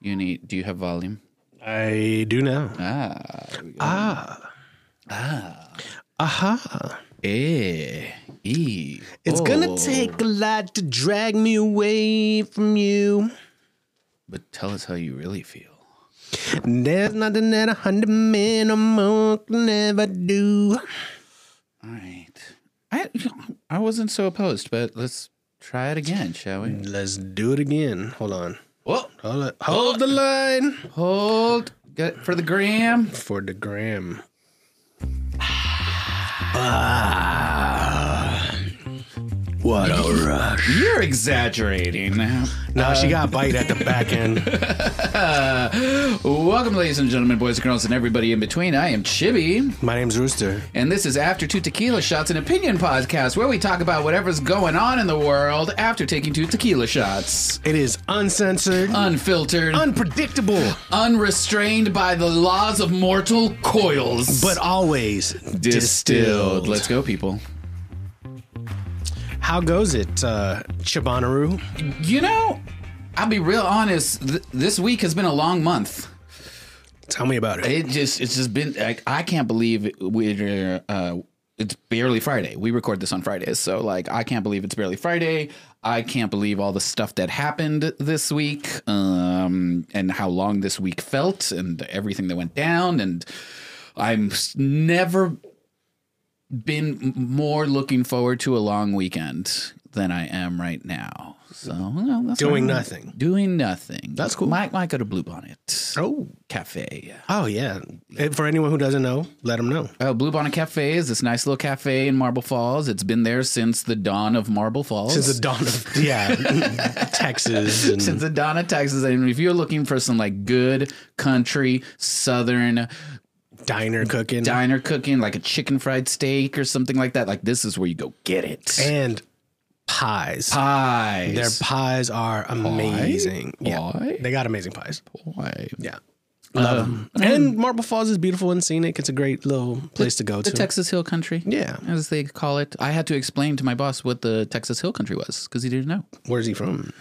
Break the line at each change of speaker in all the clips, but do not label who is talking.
You need. Do you have volume?
I do now.
Ah. there we go.
Ah.
Ah.
Aha.
Eh. E.
It's
oh.
gonna take a lot to drag me away from you.
But tell us how you really feel.
There's nothing that a hundred men or more can ever do.
All right. I I wasn't so opposed, but let's try it again, shall we?
Let's do it again. Hold on.
Whoa.
Hold, it. Hold the line
Hold. Get it for the gram.
for the gram. What a rush.
You're exaggerating.
Now she got bite at the back end.
Welcome, ladies and gentlemen, boys and girls, and everybody in between. I am Chibi.
My name's Rooster.
And this is After Two Tequila Shots, an opinion podcast where we talk about whatever's going on in the world after taking two tequila shots.
It is uncensored,
Unfiltered,
unpredictable,
unrestrained by the laws of mortal coils.
but always distilled.
Let's go, people.
How goes it, uh, Chibanaru?
You know, I'll be real honest, th- this week has been a long month.
Tell me about it.
It just, it's just been, I, I can't believe we're, uh, it's barely Friday. We record this on Fridays. So, like, I can't believe it's barely Friday. I can't believe all the stuff that happened this week um, and how long this week felt and everything that went down. And I'm s- never been m- more looking forward to a long weekend than I am right now. So, well, that's
Doing
not-
nothing.
Doing nothing.
That's cool.
Might, might go to Bluebonnet
Oh,
Cafe.
oh yeah. Eh, For anyone who doesn't know, let them know.
Oh, Bluebonnet Cafe is this nice little cafe in Marble Falls. It's been there since the dawn of Marble Falls.
Since the dawn of yeah, Texas. And
since the dawn of Texas. And if you're looking for some like good country southern
diner cooking
diner cooking, like a chicken fried steak or something like that, like this is where you go get it.
and pies.
pies.
Their pies are amazing. Yeah,
Pie?
they got amazing pies.
Why?
Yeah, love them. And Marble Falls is beautiful and scenic. It's a great little place to go
The
to.
Texas Hill Country.
yeah,
As they call it. I had to explain to my boss what the Texas Hill Country was because he didn't know.
where's he from?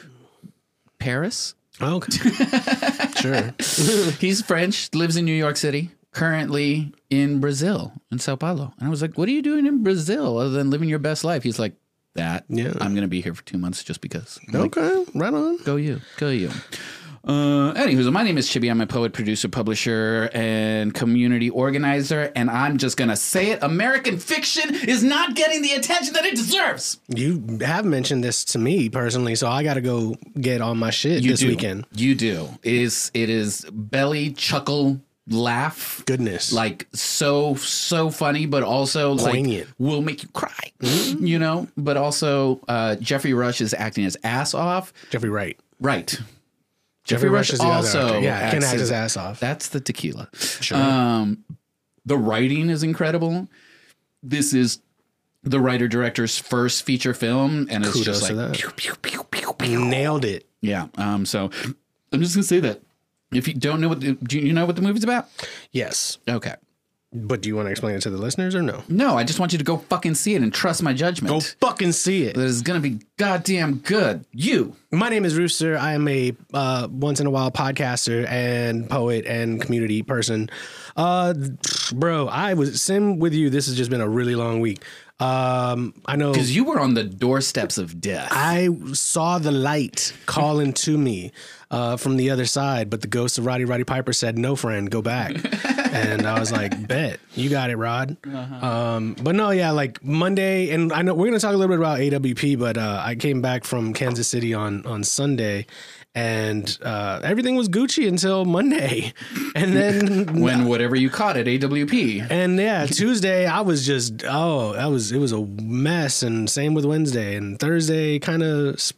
Paris?
Oh, okay, sure.
He's French, lives in New York City, currently in Brazil, in Sao Paulo. And I was like, What are you doing in Brazil other than living your best life? He's like, That.
Yeah.
I'm going to be here for two months just because. I'm like,
Okay, right on.
Go you. Go you. Uh, anywho, so my name is Chibi. I'm a poet, producer, publisher, and community organizer. And I'm just going to say it American fiction is not getting the attention that it deserves.
You have mentioned this to me personally, so I got to go get on my shit this
do.
weekend.
You do. It is, it is belly, chuckle, laugh.
Goodness,
like so so funny but also
Poignant. Mm-hmm.
like will make you cry you know but also uh jeffrey rush is acting his ass off
Jeffrey Wright.
right
Jeffrey Rush is the
also
other. actor. Yeah, can
acts
act
as-
his ass off.
that's the tequila um the writing is incredible this is the writer director's first feature film and it's
Kudos
just like
to that.
pew, pew, pew, pew, pew.
Nailed it.
yeah um so i'm just gonna say that if you don't know what the, do you know what the movie's about
Yes,
okay
but do you want to explain it to the listeners or no?
No, I just want you to go fucking see it and trust my judgment.
Go fucking see it.
That is gonna be goddamn good. You.
My name is Rooster. I am a uh, once in a while podcaster and poet and community person. Uh, bro, I was sim with you. This has just been a really long week. Um, I know
Because you were on the doorsteps of death.
I saw the light calling to me uh, from the other side, but the ghost of Roddy Roddy Piper said, "No, friend, go back." and I was like, "Bet you got it, Rod." Um, but no, yeah, like Monday, and I know we're gonna talk a little bit about AWP, but uh, I came back from Kansas City on on Sunday. And uh, everything was Gucci until Monday, and then
when whatever you caught at AWP.
and yeah, Tuesday I was just oh that was it was a mess, and same with Wednesday and Thursday kind of sp-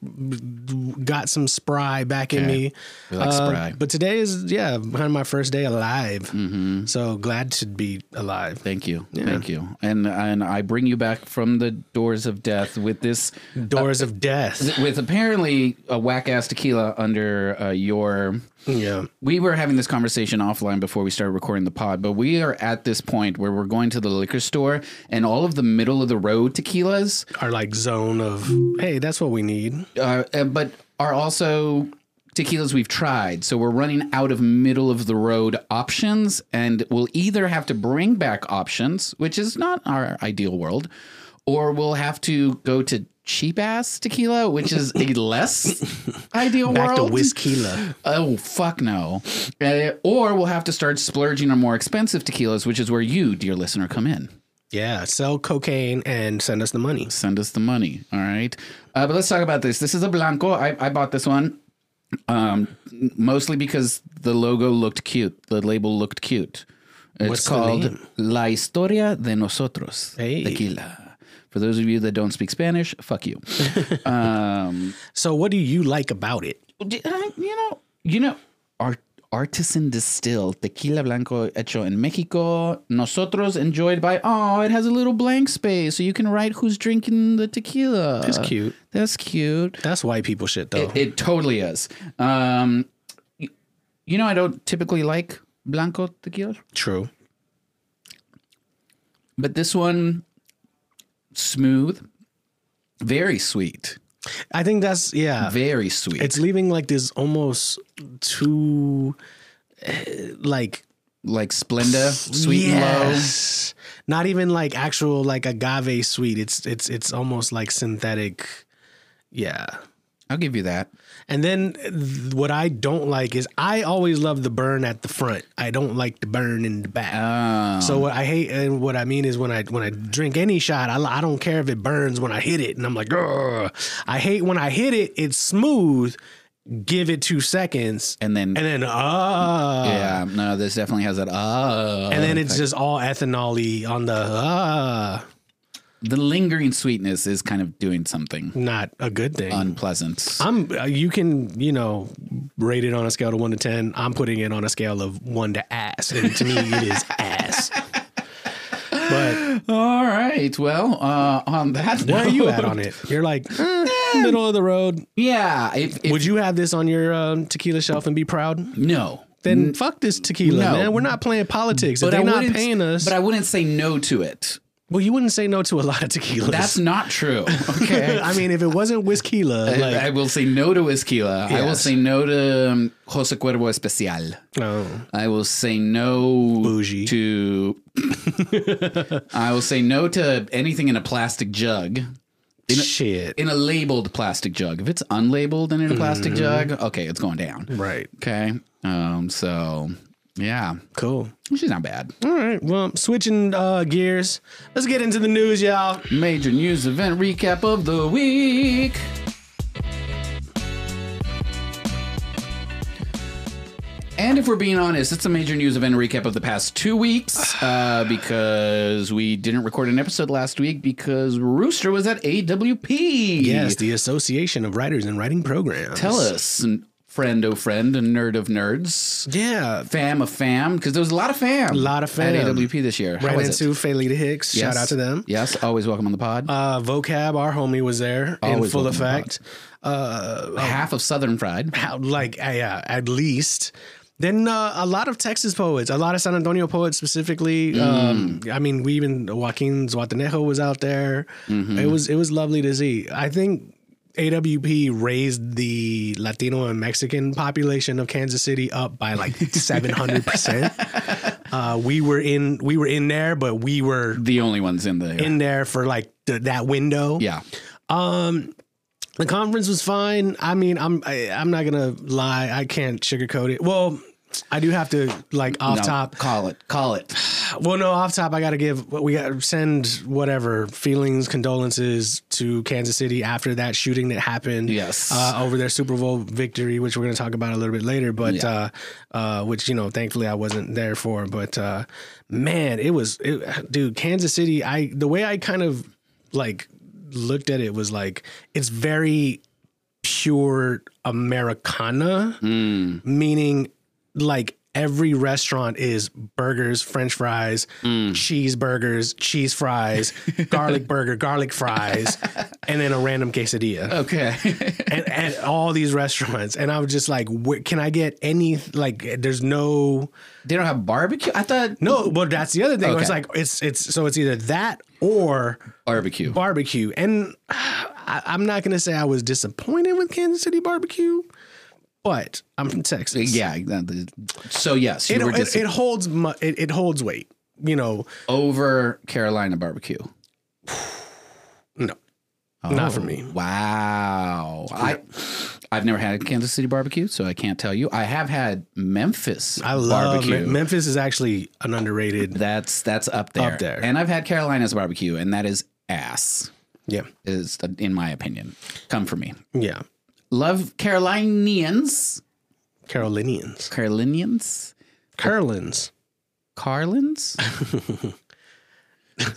got some spry back in me. Uh,
We like spry.
But today is yeah kind of my first day alive,
Mm-hmm.
so glad to be alive.
Thank you. Thank you. And and I bring you back from the doors of death with this
Doors of death.
with apparently a whack ass tequila under uh, your
Yeah,
we were having this conversation offline before we started recording the pod, but we are at this point where we're going to the liquor store and all of the middle of the road tequilas
our like zone of hey that's what we need.
uh, uh, but are also tequilas we've tried. So we're running out of middle of the road options, and we'll either have to bring back options, which is not our ideal world, or we'll have to go to cheap ass tequila, which is a less ideal
Back to
world.
Whiskeyla.
Oh fuck no! Uh, or we'll have to start splurging on more expensive tequilas, which is where you, dear listener, come in.
Yeah, sell cocaine and send us the money.
Send us the money, all right? Uh, but let's talk about this. This is a blanco. I, I bought this one um, mostly because the logo looked cute. The label looked cute. It's
What's the
called
name?
La Historia de Nosotros
Hey.
Tequila. For those of you that don't speak Spanish, fuck you. um,
So, what do you like about it?
D- uh, you know, you know, art, artisan distilled tequila blanco hecho en Mexico. Nosotros enjoyed by oh, it has a little blank space, so you can write who's drinking the tequila. That's
cute.
That's cute.
That's white people shit, though.
Uh, It totally is. Um, y- you know, I don't typically like blanco tequila,
True.
but this one smooth, very sweet,
I think that's yeah.
very sweet.
Uh, It's leaving like this almost too, eh, like
like Splenda, sweet and low.
yes. Not even like actual like agave sweet. It's it's it's almost like synthetic. Yeah.
I'll give you that.
And then th- what I don't like is I always love the burn at the front. I don't like the burn in the back.
Um,
So what I hate and what I mean is when I when I drink any shot, I, I don't care if it burns when I hit it, and I'm like, Ugh. I hate when I hit it. It's smooth. Give it two seconds,
and then
and then ah,
Yeah, no, this definitely has that. Uh,
and then it's just all ethanol-y on the ah,
the lingering sweetness is kind of doing something
not a good thing.
unpleasant.
I'm uh, you can you know rate it on a scale to one to ten. I'm putting it on a scale of one to ass, and to me it is ass. But
All right, well, uh, on that,
where are you
note-
at on it? You're like eh, middle of the road.
Yeah, if, if
Would you have this on your um, tequila shelf and be proud?
no,
Then fuck this tequila,
No.
man. We're not playing politics. If they're not
wouldn't-
paying us,
But I wouldn't say no to it.
well, you wouldn't say no to a lot of tequilas.
That's not true. Okay.
I mean, if it wasn't whiskeyla, like,
I will say no to Esquila. I will
Yes.
say no to um, Jose Cuervo Especial.
oh,
I will say no
Bougie.
to. I will say no to anything in a plastic jug.
shit,
in a labeled plastic jug. If it's unlabeled and in a plastic jug, okay, it's going down.
right?
Okay. Um, so yeah,
Cool.
she's not bad.
All right. Well, switching uh, gears. Let's get into the news, y'all.
Major news event recap of the week. And if we're being honest, it's a major news event recap of the past two weeks uh, because we didn't record an episode last week because Rooster was at AWP.
Yes, the Association of Writers and Writing Programs.
Tell us, n- friend of friend and nerd of nerds.
Yeah.
fam of fam because there was a lot of fam, a
Lot of
at
fam.
AWP this year. How
Ran
was it?
into Felita Hicks.
Yes.
Shout out to them.
Yes, always welcome on the pod.
Uh, Vocab, our homie, was there in
Always
full
welcome back.
effect. Uh,
Half of Southern Fried.
how- like uh, yeah, at least. Then uh, a lot of Texas poets, a lot of San Antonio poets specifically. Um, I mean, we even Joaquin Zuatanejo was out there. It was it was lovely to see. I think AWP raised the Latino and Mexican population of Kansas City up by like seven hundred percent. Uh, We were in we were in there, but we were
The only ones in the
in there for like th- that window.
yeah.
The conference was fine. I mean, I'm I, I'm not gonna lie. I can't sugarcoat it. Well, I do have to like off
No,
top.
Call it. Call it.
Well, no, off top. I gotta give. We gotta send whatever feelings, condolences to Kansas City after that shooting that happened.
Yes.
uh, over their Super Bowl victory, which we're gonna talk about a little bit later. But
Yeah.
uh, uh, which you know, thankfully I wasn't there for. But uh, man, it was, it, dude. Kansas City. I the way I kind of like looked at it was like it's very pure Americana,
Hmm.
meaning like every restaurant is burgers, French fries, cheeseburgers, cheese fries, garlic burger, garlic fries, and then a random quesadilla.
Okay.
And at all these restaurants, and I was just like, where, "Can I get any? Like, there's no,
they don't have barbecue. I thought
no." But that's the other thing. It's
Okay.
like it's it's so it's either that or
barbecue.
barbecue. And I, I'm not gonna say I was disappointed with Kansas City barbecue, but I'm from Texas.
Yeah. exactly. So yes, you
it,
were
it,
dis-
it holds mu- it, it holds weight. You know,
over Carolina barbecue.
no, not for
Oh,
me.
Wow. I I've never had Kansas City barbecue, so I can't tell you. I have had Memphis
I love
barbecue.
Me- Memphis is actually an underrated.
that's that's up there.
Up there.
And I've had Carolina's barbecue, and that is ass.
Yeah,
Is in my opinion. Come for me.
yeah,
Love Carolinians.
Carolinians,
Carolinians.
Curlins.
Carlins.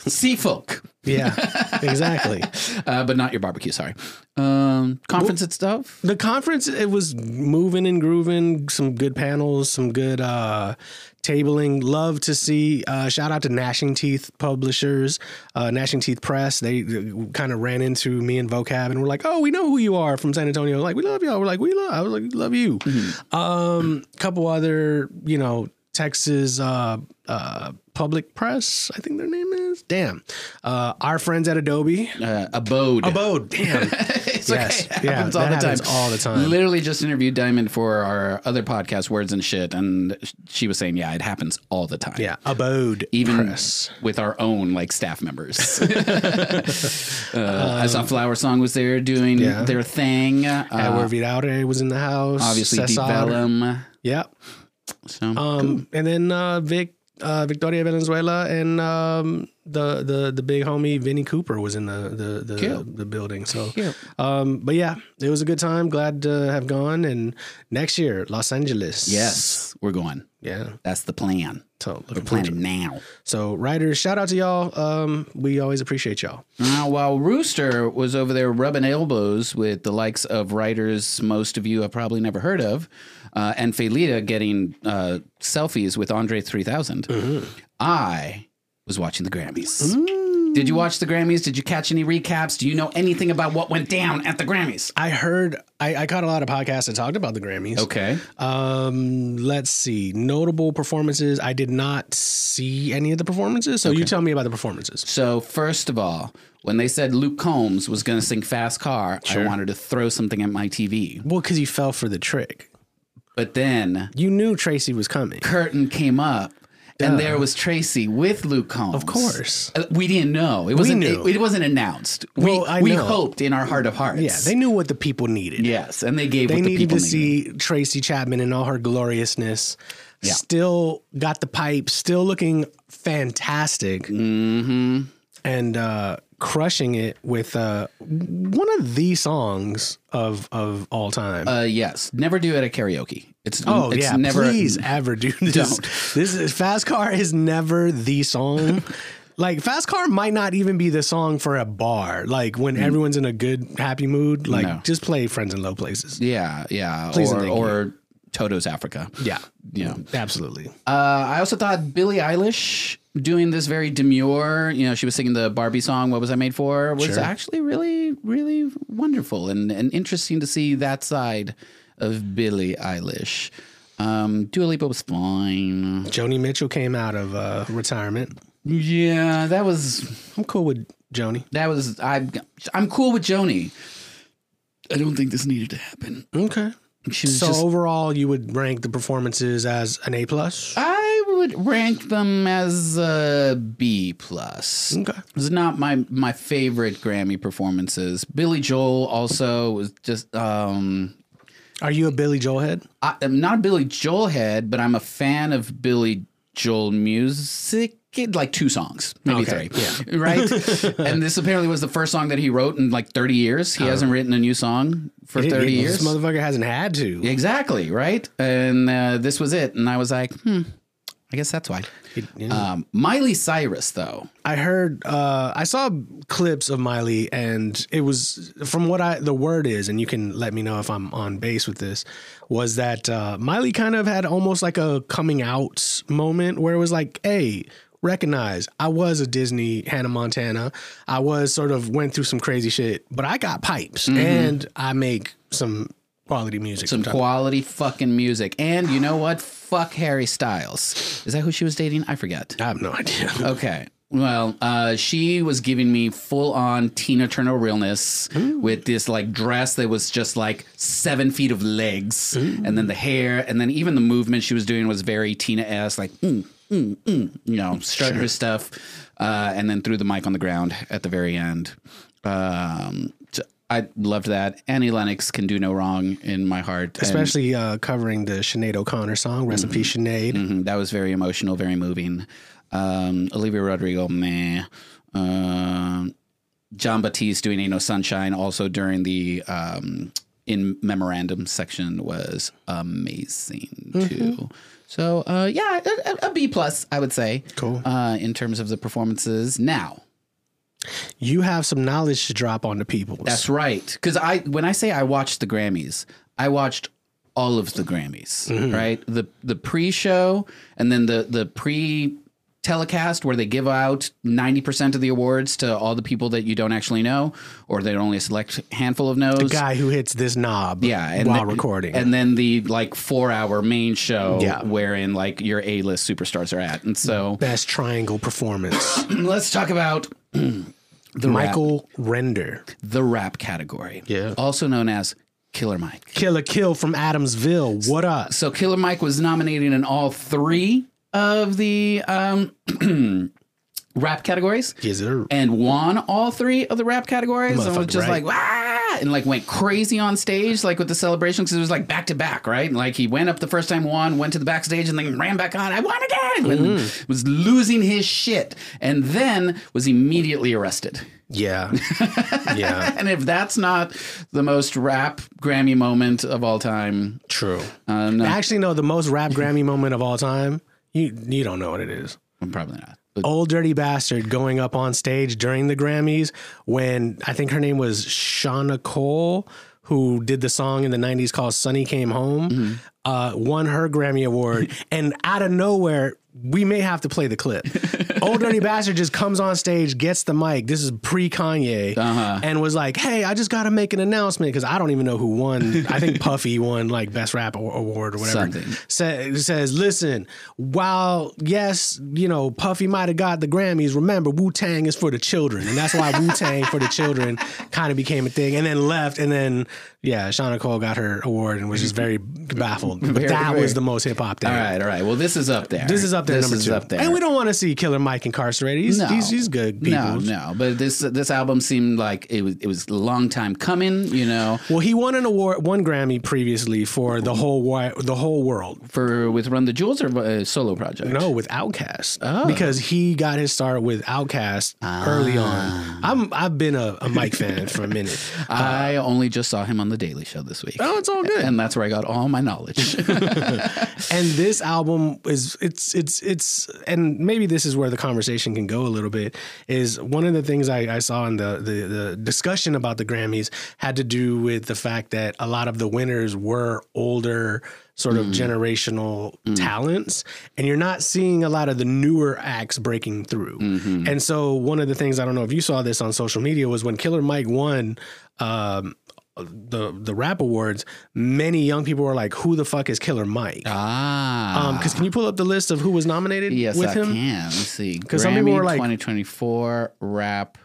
sea folk.
Yeah, exactly.
Uh, but not your barbecue, sorry. Um, conference and stuff.
the conference it was moving and grooving some good panels some good uh tabling love to see uh shout out to gnashing teeth publishers uh gnashing teeth press they kind of ran into me and vocab and we're like oh we know who you are from san antonio like we love y'all we're like we love i was like love you
Mm-hmm.
um couple other you know texas uh uh public press i think their name is damn uh our friends at adobe
Uh, abode.
abode damn
it's
Yes.
okay. It
Yeah,
happens all
that
the
happens
time.
all the time.
Literally just interviewed Diamond for our other podcast, Words and Shit, and sh- she was saying, yeah, it happens all the time.
yeah abode
Even
press
with our own like staff members, uh, I saw Flower Song was there doing
Um, Yeah.
their thing.
Edward
Uh,
Vidaure was in the house.
obviously, Deep
Cesar.
Vellum.
Yep.
So
Um, and then uh, Vic, uh, Victoria Venezuela, and um, the the the big homie Vinny Cooper was in the the the,
Cute.
the building. So,
Cute.
um, but yeah, it was a good time. Glad to have gone. And next year, Los Angeles.
yes, we're going.
Yeah.
That's the plan.
So
We're
looking forward. to it.
planning now.
So writers, shout out to y'all. Um, we always appreciate y'all.
Now, Uh, while Rooster was over there rubbing elbows with the likes of writers most of you have probably never heard of, uh, and Felita getting uh, selfies with Andre 3000, I was watching the Grammys. Did you watch the Grammys? Did you catch any recaps? Do you know anything about what went down at the Grammys?
I heard I, I caught a lot of podcasts that talked about the Grammys.
Okay.
Um, let's see. Notable performances. I did not see any of the performances, so you tell me about the performances.
So, first of all, when they said Luke Combs was going to sing Fast Car, I wanted to throw something at my TV.
Well, because you fell for the trick.
But then
You knew Tracy was coming.
curtain came up and there was Tracy with Luke Combs. Of
course.
we didn't know. It wasn't
knew.
It, it wasn't announced.
Well,
we
I
we
know.
hoped in our heart of hearts.
Yeah, they knew what the people needed.
yes, and they gave
they
what the
needed
people
to
needed.
see Tracy Chapman in all her gloriousness. Still got the pipe, still looking fantastic. Mm-hmm. And uh, crushing it with uh, one of the songs of of all time.
Uh, yes, never do it at karaoke. It's
Oh
it's
yeah,
never
please ever do this.
Don't.
This is Fast Car is never the song. like Fast Car might not even be the song for a bar. Like when everyone's in a good happy mood, like
Mm. No.
just play Friends in Low Places.
Yeah, yeah,
Please and
or
thank you.
or Toto's Africa.
Yeah.
Yeah.
Absolutely.
Uh, I also thought Billie Eilish doing this very demure, you know, she was singing the Barbie song, What Was I Made For, was actually really, really wonderful and, and interesting to see that side of Billie Eilish. Um, Dua Lipa was fine.
Joni Mitchell came out of uh, retirement.
Yeah, that was
I'm cool with Joni.
that was I I'm cool with Joni. I don't think this needed to happen.
Okay.
She was
So
just
overall, you would rank the performances as an A plus.
I would rank them as a B plus.
Okay.
It's not my my favorite Grammy performances. Billy Joel also was just um
Are you a Billy Joel head?
I, I'm not a Billy Joel head, but I'm a fan of Billy Joel music. Like two songs, maybe
Okay,
three, yeah. right? and this apparently was the first song that he wrote in like 30 years. He hasn't written a new song for 30 years.
This motherfucker hasn't had to.
Exactly, right? And uh, this was it. And I was like, hmm, I guess that's why. Um, Miley Cyrus, though.
I heard uh, I saw clips of Miley and it was from what I the word is and you can let me know if I'm on base with this was that uh, Miley kind of had almost like a coming out moment where it was like hey recognize I was a Disney Hannah Montana I was sort of went through some crazy shit but I got pipes and I make some quality music
Mm-hmm. Some
sometimes.
quality fucking music. And you know what? Fuck Harry Styles. Is that who she was dating? I forget.
I have no idea
Okay. Well, uh, she was giving me full on Tina Turner realness with this like dress that was just like seven feet of legs, and then the hair, and then even the movement she was doing was very Tina esque, like mm, mm, mm, you know, strut her stuff, uh, and then threw the mic on the ground at the very end. Um, so I loved that. Annie Lennox can do no wrong in my heart, and-
Especially uh, covering the Sinead O'Connor song, Recipe Sinead.
Mhm, That was very emotional, very moving. Um, Olivia Rodrigo, meh. Um, John Batiste doing Ain't No Sunshine also during the um, in memorandum section was amazing too. So uh, yeah, a, a- a B plus I would say.
Cool.
Uh, in terms of the performances now.
You have some knowledge to drop on the people.
That's right. Because I, when I say I watched the Grammys, I watched all of the Grammys.
Mm-hmm.
Right the the pre show and then the the pre telecast where they give out 90% of the awards to all the people that you don't actually know or they only select handful of knows
guy who hits this knob
yeah and
while
then-
recording.
and then the like four hour main show
Yeah.
wherein like your a-list superstars are at and so
Best triangle performance.
let's talk about the rap,
Michael Render.
the rap category
Yeah.
also known as killer mike
Killer Kill from Adamsville. What up?
So Killer Mike was nominated in all three of the um, rap categories
Yes, sir.
and won all three of the rap categories. And was
Motherfucker,
just
right.
like, "Wah!" and like went crazy on stage, like with the celebration, because it was like back to back, right? And, like he went up the first time, won, went to the backstage, and then ran back on. I won again.
Mm-hmm.
And was losing his shit, and then was immediately arrested.
Yeah. yeah.
And if that's not the most rap Grammy moment of all time,
True.
uh, no,
Actually, no, the most rap Grammy moment of all time. You you don't know what it is.
probably not. But
Old Dirty Bastard going up on stage during the Grammys when I think her name was Shauna Cole, who did the song in the 90s called Sonny Came Home, uh, won her Grammy Award. and out of nowhere, we may have to play the clip. Old Dirty Bastard just comes on stage, gets the mic. This is pre Kanye, and was like, "Hey, I just got to make an announcement because I don't even know who won. I think Puffy won like Best Rap a- Award or whatever."
Something.
Sa- says, "Listen, while yes, you know Puffy might have got the Grammys. Remember, Wu Tang is for the children, and that's why Wu Tang for the children kind of became a thing. And then left, and then yeah, Shauna Cole got her award and was just very baffled. But
Very,
that
very.
was the most hip hop thing.
All right, all right. Well, this is up there.
This is up there,
This
number
is
two.
up there.
And we don't want to see Killer Mike incarcerated. He's, he's, he's good people.
No, no. But this this album seemed like it was it was a long time coming. You know,
Well, he won an award, one Grammy previously for the whole wi- the whole world.
for with Run the Jewels or a solo project.
No, with Outkast. Ah. Because he got his start with Outkast early on. I'm I've been a, a Mike fan for a minute.
I only just saw him on the Daily Show this week.
Oh, it's all good.
And that's where I got all my knowledge.
And this album is it's it's it's and maybe this is where the conversation can go a little bit, is one of the things I, I saw in the, the the discussion about the Grammys had to do with the fact that a lot of the winners were older sort of generational talents and you're not seeing a lot of the newer acts breaking through and so one of the things i don't know if you saw this on social media was when killer mike won um, the the rap awards many young people were like who the fuck is killer mike
ah,
um, because can you pull up the list of who was nominated
yes,
with
I
him?
can. Let's see.
'Cause some people
Grammy
were like-
2024 rap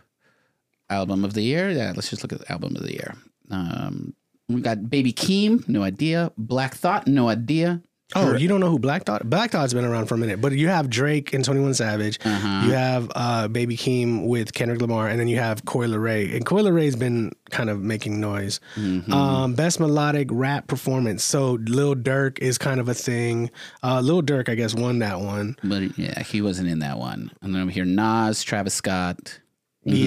album of the year. Yeah, let's just look at the album of the year. Um, we got Baby Keem, no idea. Black Thought, no idea.
Oh, you don't know who Black Thought? Black Thought's been around for a minute, but you have Drake and Twenty One Savage.
Uh-huh. Mm.
You have uh, Baby Keem with Kendrick Lamar, and then you have Coi Ray. And Coi Ray's been kind of making noise.
Mm. Mm-hmm.
Um, best melodic rap performance. So Lil Durk is kind of a thing. Uh, Lil Durk, I guess, won that one.
But yeah, he wasn't in that one. And then over here, Nas, Travis Scott. Mm-hmm. uh,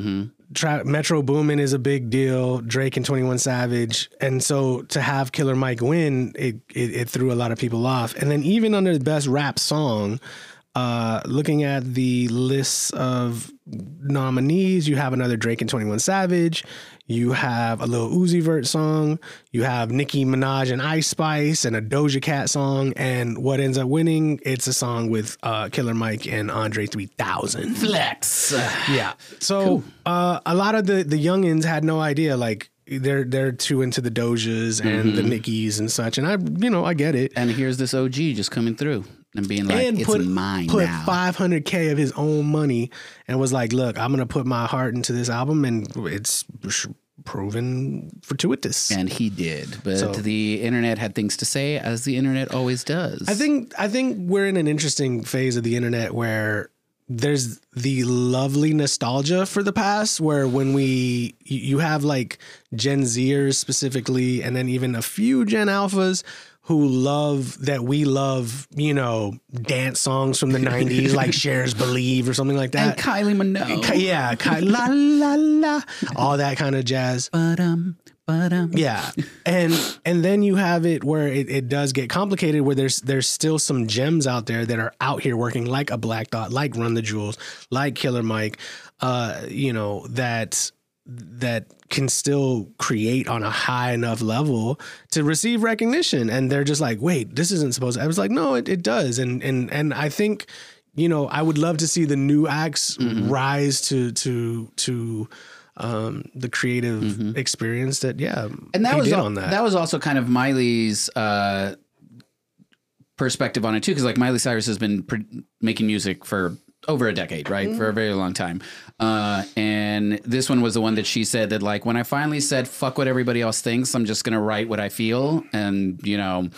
Yeah. Tra- Metro Boomin is a big deal. Drake and 21 Savage. And so to have Killer Mike win, it, it, it threw a lot of people off. And then even under the best rap song, uh, looking at the lists of nominees, you have another Drake and 21 Savage. You have a little Uzi Vert song. You have Nicki Minaj and Ice Spice and a Doja Cat song. And what ends up winning, it's a song with uh, Killer Mike and Andre 3000.
Flex.
Yeah. So uh, a lot of the the youngins had no idea. Like they're they're too into the
Mm-hmm.
Dojas and the Nickies and such. And I you know I get it.
And here's this OG just coming through. and being like,
and
it's
put
mine
put
now.
500k of his own money and was like, "Look, I'm gonna put my heart into this album, and it's proven fortuitous."
and he did, but
So-
the internet had things to say, as the internet always does.
I think I think we're in an interesting phase of the internet where there's the lovely nostalgia for the past where when we you you have like Gen Zers specifically and then even a few Gen Alphas who love that we love, you know, dance songs from the 90s like Shares Believe or something like
and
that.
Kylie Minogue.
Ki- yeah, ki- la la la, all that kind of jazz.
but um, but um,
Yeah, and and then you have it where it, it does get complicated, where there's there's still some gems out there that are out here working, like a Black Dot, like Run the Jewels, like Killer Mike, uh, you know that that can still create on a high enough level to receive recognition, and they're just like, wait, this isn't supposed. to. I was like, no, it, it does, and and and I think. You know, I would love to see the new acts
Mm-hmm.
rise to to to um, the creative experience that yeah
Mm-hmm. and that
he
was
did
al-
on that.
was also kind of Miley's uh, perspective on it too, because like Miley Cyrus has been pr- making music for over a decade, right, for a very long time. Uh, and this one was the one that she said that like when I finally said fuck what everybody else thinks, I'm just gonna write what I feel, and you know.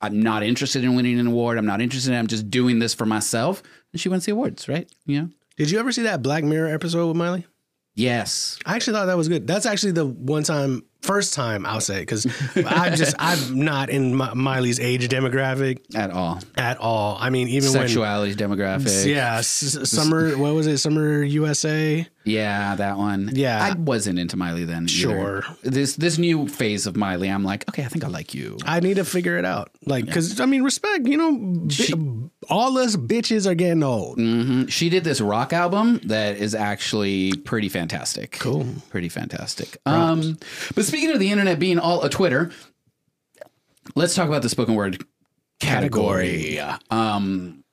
I'm not interested in winning an award. I'm not interested. in I'm just doing this for myself. And she wins the awards, right? Yeah.
Did you ever see that Black Mirror episode with Miley?
Yes.
I actually thought that was good. That's actually the one time, first time I'll say because I'm just I'm not in Mi- Miley's age demographic
At all.
at all. I mean, even
Sexuality demographic.
when yeah, s- summer what was it? Summer USA.
Yeah, that one.
Yeah.
I wasn't into Miley then. either.
Sure.
This this new phase of Miley, I'm like, okay, I think I like you.
I need to figure it out, like because I mean, respect. You know, bi- all us bitches are getting old.
Mhm. She did this rock album that is actually pretty fantastic. Cool. Pretty fantastic. Um, but speaking of the internet being all a Twitter, let's talk about the spoken word category. Um,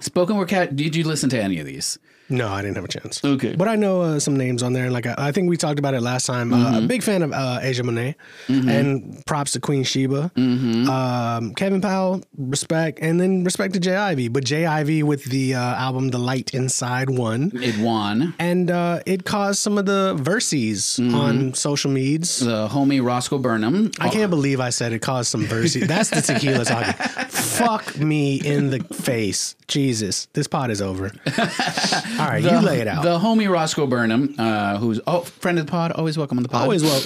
spoken word cat. Did you listen to any of these?
No, I didn't have a chance.
Okay.
But I know uh, some names on there, and like I, I think we talked about it last time. Uh, a big fan of uh, Asia Monet, and props to Queen Sheba, um, Kevin Powell, respect, and then respect to Jay Ivy. But Jay Ivy with the uh, album "The Light Inside" one,
It won.
and uh, it caused some of the verses on social medias.
The homie Roscoe Burnham.
I can't believe I said it caused some verses. That's the tequila talking. Fuck me in the face, Jesus! This pot is over. All right, you lay it out.
The homie Roscoe Burnham, uh, who's oh friend of the pod, always welcome on the pod.
Always well.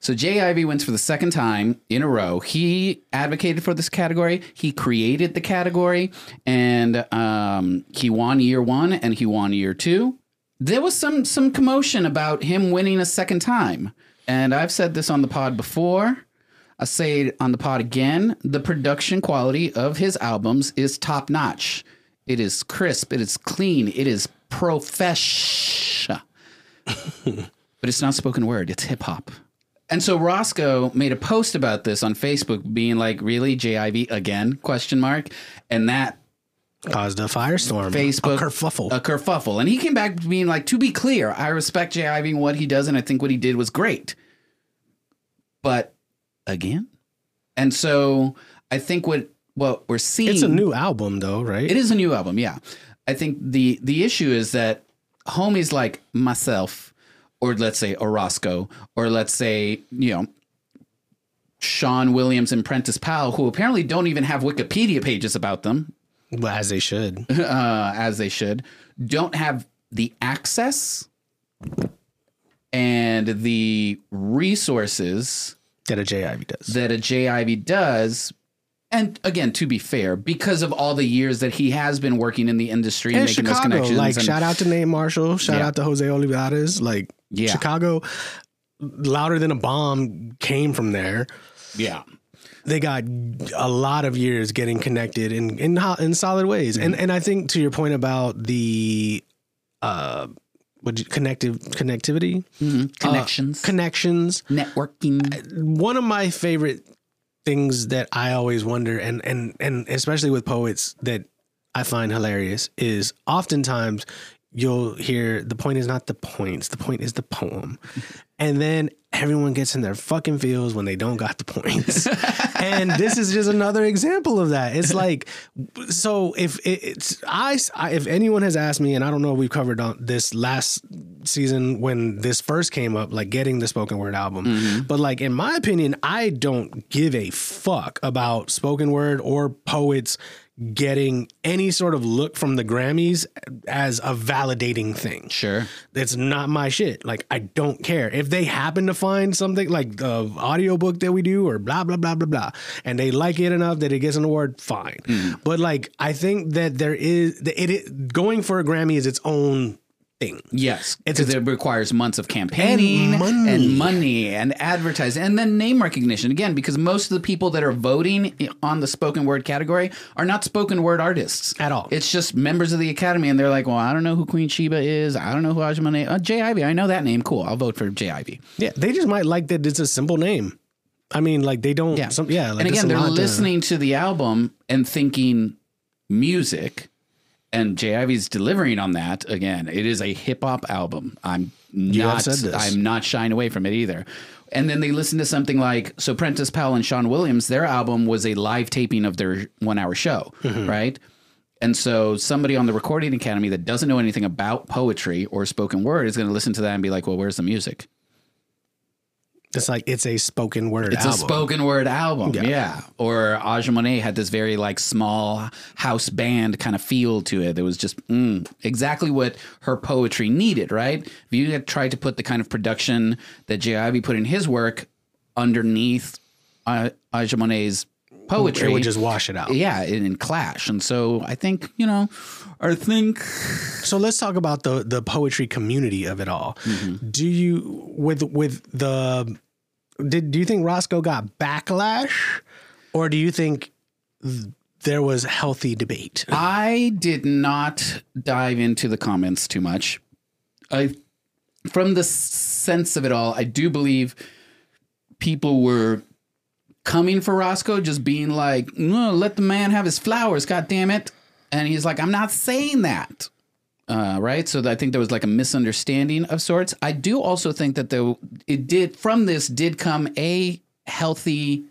So Jay Ivy wins for the second time in a row. He advocated for this category. He created the category, and um, he won year one and he won year two. There was some some commotion about him winning a second time, and I've said this on the pod before. I say it on the pod again. The production quality of his albums is top notch. It is crisp. It is clean. It is profesh but it's not spoken word. It's hip hop. And so Roscoe made a post about this on Facebook, being like, "Really, JIV again?" Question mark. And that
caused a firestorm.
Facebook
a kerfuffle.
a kerfuffle. And he came back being like, "To be clear, I respect JIV and what he does, and I think what he did was great." But again, and so I think what what we're seeing
it's a new album, though, right?
It is a new album, yeah. I think the the issue is that homies like myself, or let's say Orozco, or let's say you know Sean Williams and Prentice Powell, who apparently don't even have Wikipedia pages about them,
Well, as they should.
uh, as they should, don't have the access and the resources
that a J Ivy does.
that a JIV does. And again, to be fair, because of all the years that he has been working in the industry and,
And
making those
Chicago,
connections,
like
and-
shout out to Nate Marshall, shout
Yeah.
out to Jose Olivares, like
Yeah.
Chicago, louder than a bomb came from there.
yeah,
They got a lot of years getting connected in in, ho- in solid ways, and and I think to your point about the uh, what you, connective connectivity
Mm-hmm. Uh, connections,
connections,
networking.
one of my favorite things that I always wonder and and and especially with poets that I find hilarious is oftentimes you'll hear the point is not the points, the point is the poem. And then everyone gets in their fucking feels when they don't got the points. and this is just another example of that. It's like, so if it, it's I, I- if anyone has asked me, and I don't know, if we've covered on this last season when this first came up, like getting the spoken word album. But like in my opinion, I don't give a fuck about spoken word or poets getting any sort of look from the Grammys as a validating thing
Sure.
it's not my shit. Like I don't care if they happen to find something like the audiobook that we do or blah blah blah blah blah, and they like it enough that it gets an award. Fine,
Mm-hmm.
but like I think that there is that it, it going for a Grammy is its own thing.
Yes,
It's-
because it requires months of campaigning and money.
money.
and advertising, and then name recognition again. Because most of the people that are voting i- on the spoken word category are not spoken word artists
At all.
It's just members of the academy, and they're like, "Well, I don't know who Queen Sheba is. I don't know who Ajmane. Uh, Jay Ivy. I know that name. Cool. I'll vote for Jay Ivy."
Yeah, they just might like that it's a simple name. I mean, like they don't. Yeah, some, yeah. Like,
and
it's
again,
a
they're
lot to-
listening to the album and thinking music, and Jay Ivy's delivering on that. Again, it is a hip hop album. I'm not.
have said this.
I'm not shying away from it either. And then they listen to something like so. Prentice Powell and Sean Williams, their album was a live taping of their one hour show,
Mm-hmm.
right? And so somebody on the recording academy that doesn't know anything about poetry or spoken word is going to listen to that and be like, "Well, where's the music?"
It's like it's a spoken word.
It's
album.
a spoken word album, yeah. Or Aja Monet had this very like small house band kind of feel to it. That was just mm, exactly what her poetry needed, right? If you had tried to put the kind of production that J. Ivy put in his work underneath uh, Aja Monet's poetry,
It would just wash it out.
yeah, in, in clash. And so I think you know, I think
So let's talk about the the poetry community of it all. Do you with with the did do you think Roscoe got backlash or do you think th- there was healthy debate?
I did not dive into the comments too much. I, from the sense of it all, I do believe people were coming for Roscoe, just being like, no, let the man have his flowers, God damn it!" And he's like, I'm not saying that. Uh, right. So I think there was like a misunderstanding of sorts. I do also think that there, it did, from this did come a healthy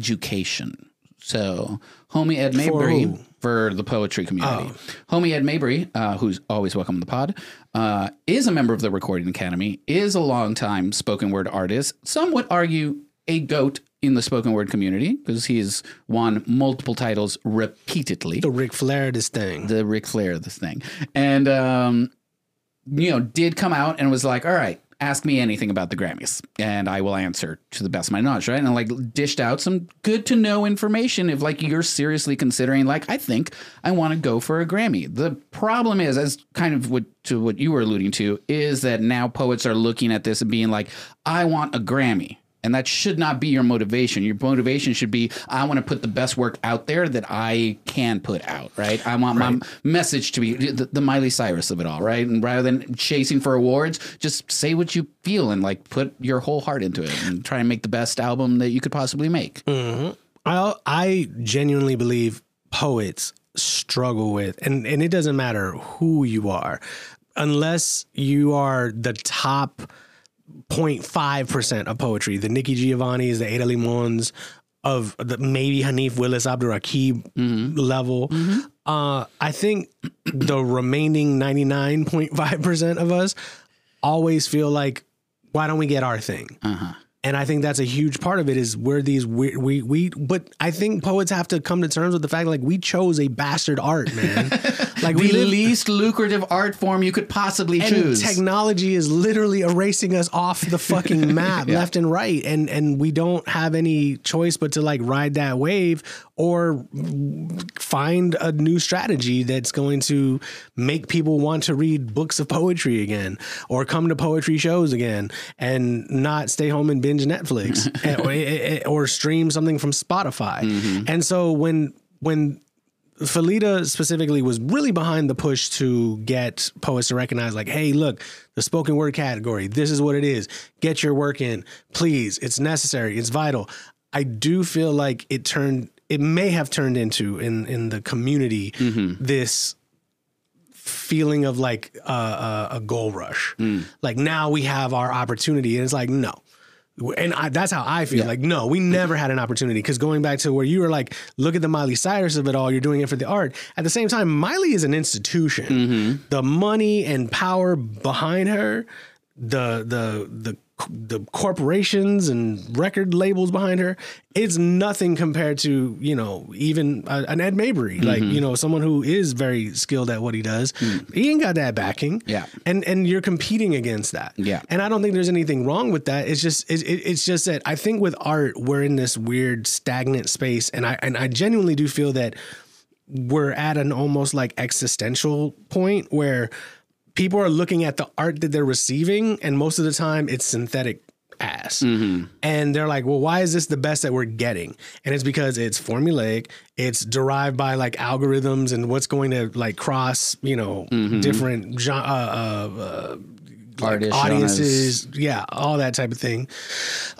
education. So homie Ed Mabry
who?
for the poetry community. Homie Ed Mabry, uh, who's always welcome to the pod, uh, is a member of the Recording Academy, is a longtime spoken word artist. Some would argue a goat in the spoken word community because he has won multiple titles repeatedly.
The Ric Flair this thing.
The Ric Flair of this thing. And, um, you know, did come out and was like, all right, ask me anything about the Grammys and I will answer to the best of my knowledge, right? And like dished out some good to know information if like you're seriously considering, like, I think I want to go for a Grammy. The problem is, as kind of what to what you were alluding to, is that now poets are looking at this and being like, I want a Grammy. And that should not be your motivation. Your motivation should be I want to put the best work out there that I can put out, right? I want my message to be the, the Miley Cyrus of it all, right? And rather than chasing for awards, just say what you feel and like put your whole heart into it and try and make the best album that you could possibly make.
Mm. I I genuinely believe poets struggle with and and it doesn't matter who you are unless you are the top 0.5% of poetry the Nikki Giovanni's the Ada Limons of the maybe Hanif Willis Abdurraqib level uh I think the remaining 99.5% of us always feel like why don't we get our thing and I think that's a huge part of it is where these we we, we but I think poets have to come to terms with the fact like we chose a bastard art, man. like we
The
live
least lucrative art form you could possibly
and
choose.
technology is literally erasing us off the fucking map left and right and and we don't have any choice but to like ride that wave or find a new strategy that's going to make people want to read books of poetry again or come to poetry shows again and not stay home and binge Netflix or, or stream something from Spotify. And so when when Felita specifically was really behind the push to get poets to recognize, like, hey, look, the spoken word category, this is what it is. Get your work in, please. It's necessary, it's vital. I do feel like it turned, it may have turned into in in the community this feeling of like uh, uh, a goal rush. Like now we have our opportunity, and it's like no. and I, that's how I feel. Like, no, we never had an opportunity. Because going back to where you were like, look at the Miley Cyrus of it all. You're doing it for the art. At the same time, Miley is an institution. The money and power behind her, the the the the corporations and record labels behind her, it's nothing compared to you know even uh, an Ed Mabry, like you know someone who is very skilled at what he does. He ain't got that backing.
Yeah.
and and you're competing against that.
Yeah.
And I don't think there's anything wrong with that. It's just it, it, it's just that I think with art we're in this weird stagnant space, and I and I genuinely do feel that we're at an almost like existential point where people are looking at the art that they're receiving, and most of the time it's synthetic ass. And they're like, well, why is this the best that we're getting? And it's because it's formulaic, it's derived by like algorithms and what's going to like cross, you know, different gen- uh, uh, uh,
Artist
audiences, yeah, all that type of thing.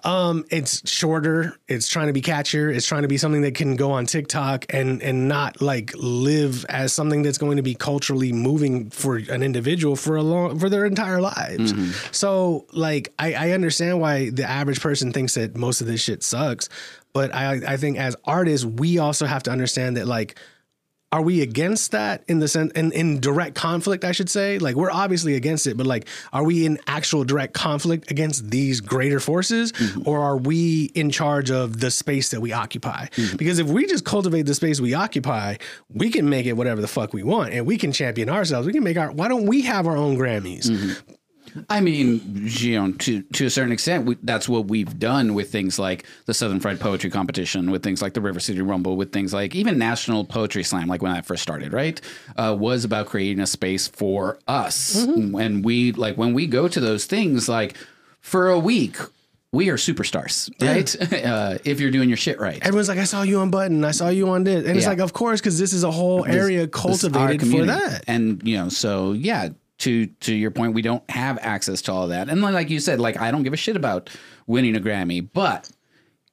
Um, it's shorter. It's trying to be catchier. It's trying to be something that can go on TikTok and and not like live as something that's going to be culturally moving for an individual for a long for their entire lives. So like I, I understand why the average person thinks that most of this shit sucks, but I I think as artists we also have to understand that like are we against that in the sense in, in direct conflict i should say like we're obviously against it but like are we in actual direct conflict against these greater forces
Mm-hmm.
or are we in charge of the space that we occupy
Mm-hmm.
because if we just cultivate the space we occupy we can make it whatever the fuck we want and we can champion ourselves we can make our why don't we have our own grammys
Mm-hmm. I mean, you know, to to a certain extent, we, that's what we've done with things like the Southern Fried Poetry Competition, with things like the River City Rumble, with things like even National Poetry Slam, like when I first started, right, uh, was about creating a space for us. And we like when we go to those things, like for a week, we are superstars, right? uh, if you're doing your shit right,
everyone's like i saw you on button i saw you on this and it's
Yeah.
like of course because this is a whole
This
area
is our
cultivated for
community.
that
And you know, so yeah, to to your point, we don't have access to all of that. And like- like you said, like I don't give a shit about winning a Grammy, but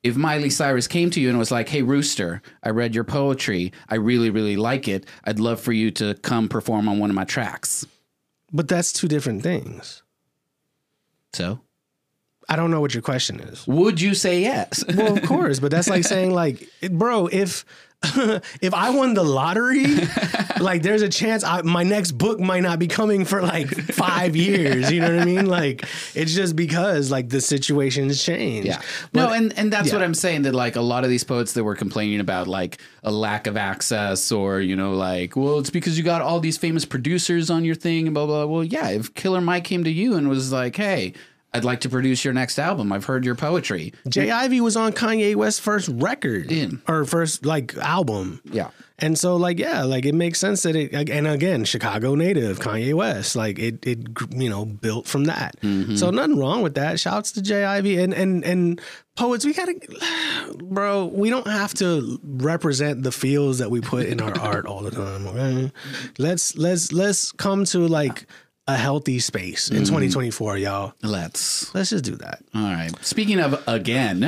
if Miley Cyrus came to you and was like, "Hey Rooster, I read your poetry. I really really like it. I'd love for you to come perform on one of my tracks."
but that's two different things
So,
i don't know what your question is
would you say yes?
Well, of course, but that's like saying like, it- bro, if if I won the lottery, like there's a chance I, my next book might not be coming for like five years. You know what I mean? Like it's just because like the situation's changed.
Yeah. No, and and that's
yeah.
what I'm saying that like a lot of these poets that were complaining about like a lack of access or you know like well it's because you got all these famous producers on your thing and blah blah. blah. Well, yeah, if Killer Mike came to you and was like, "Hey, I'd like to produce your next album. I've heard your poetry."
Jay Ivy was on Kanye West's first record
Yeah.
or first like album.
Yeah.
And so like yeah, like it makes sense that it and again, Chicago native Kanye West, like it it you know built from that. So nothing wrong with that. Shouts to Jay Ivy and and and poets. We gotta, bro. We don't have to represent the feels that we put in our art all the time. Okay? Let's let's let's come to like a healthy space in 2024, y'all.
Let's.
Let's just do that
All right. Speaking of again,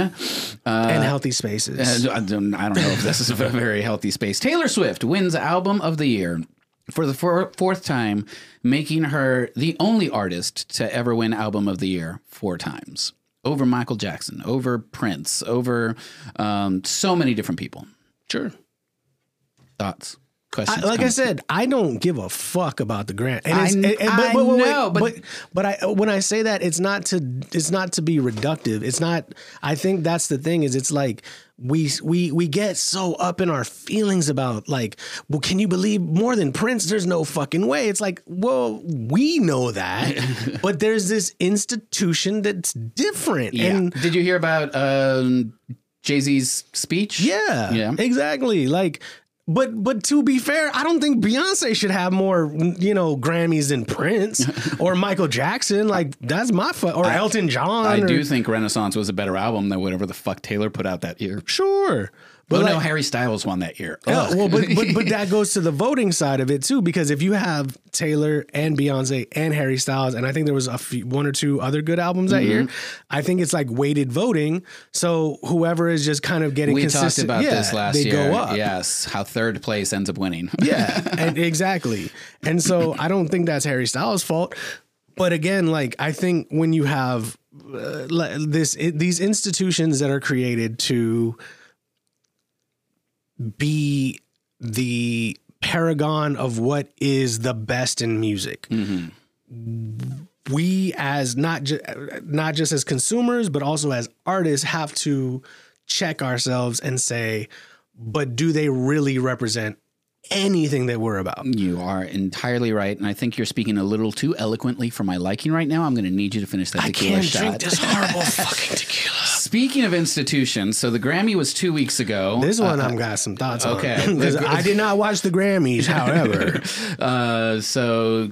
and healthy spaces.
Uh, I don't, I don't know if this is a very healthy space. Taylor Swift wins Album of the Year for the four, fourth time, making her the only artist to ever win Album of the Year four times over Michael Jackson, over Prince, over um, so many different people.
sure.
Thoughts, questions?
I, like I
comments?
said, I don't give a fuck about the grant. And
I
it's, and- and- but,
kn-
but,
I
wait, wait,
know,
but
but-
but I when I say that, it's not to it's not to be reductive. It's not. I think that's the thing is it's like we we we get so up in our feelings about like, well, can you believe more than Prince? There's no fucking way. It's like, well, we know that, but there's this institution that's different
Yeah.
and.
Did you hear about um, Jay Z's speech?
Yeah,
Yeah.
exactly. Like, but but to be fair, I don't think Beyonce should have more you know Grammys than Prince or Michael Jackson. Like that's my fu- or Elton John.
I
or-
do think Renaissance was a better album than whatever the fuck Taylor put out that year.
sure, but
Oh
like,
no, Harry Styles won that year.
Yeah,
Ugh.
Oh, well, but, but but that goes to the voting side of it too, because if you have Taylor and Beyonce and Harry Styles, and I think there was a few, one or two other good albums that year,
Mm-hmm.
I think it's like weighted voting. So whoever is just kind of getting
we talked
consistent,
about
yeah,
this last
they
year.
go up.
Yes, how third place ends up winning.
Yeah, and exactly. And so I don't think that's Harry Styles' fault. but again, like I think when you have uh, le- this i these institutions that are created to be the paragon of what is the best in music. We as not ju- not just as consumers but also as artists have to check ourselves and say but do they really represent anything that we're about?
You are entirely right, and I think you're speaking a little too eloquently for my liking right now. I'm going to need you to finish that tequila shot.
horrible fucking tequila.
Speaking of institutions, so the Grammy was two weeks ago.
This one I'm got some thoughts
okay.
on. Okay, I did not watch the Grammys, however.
Uh, so,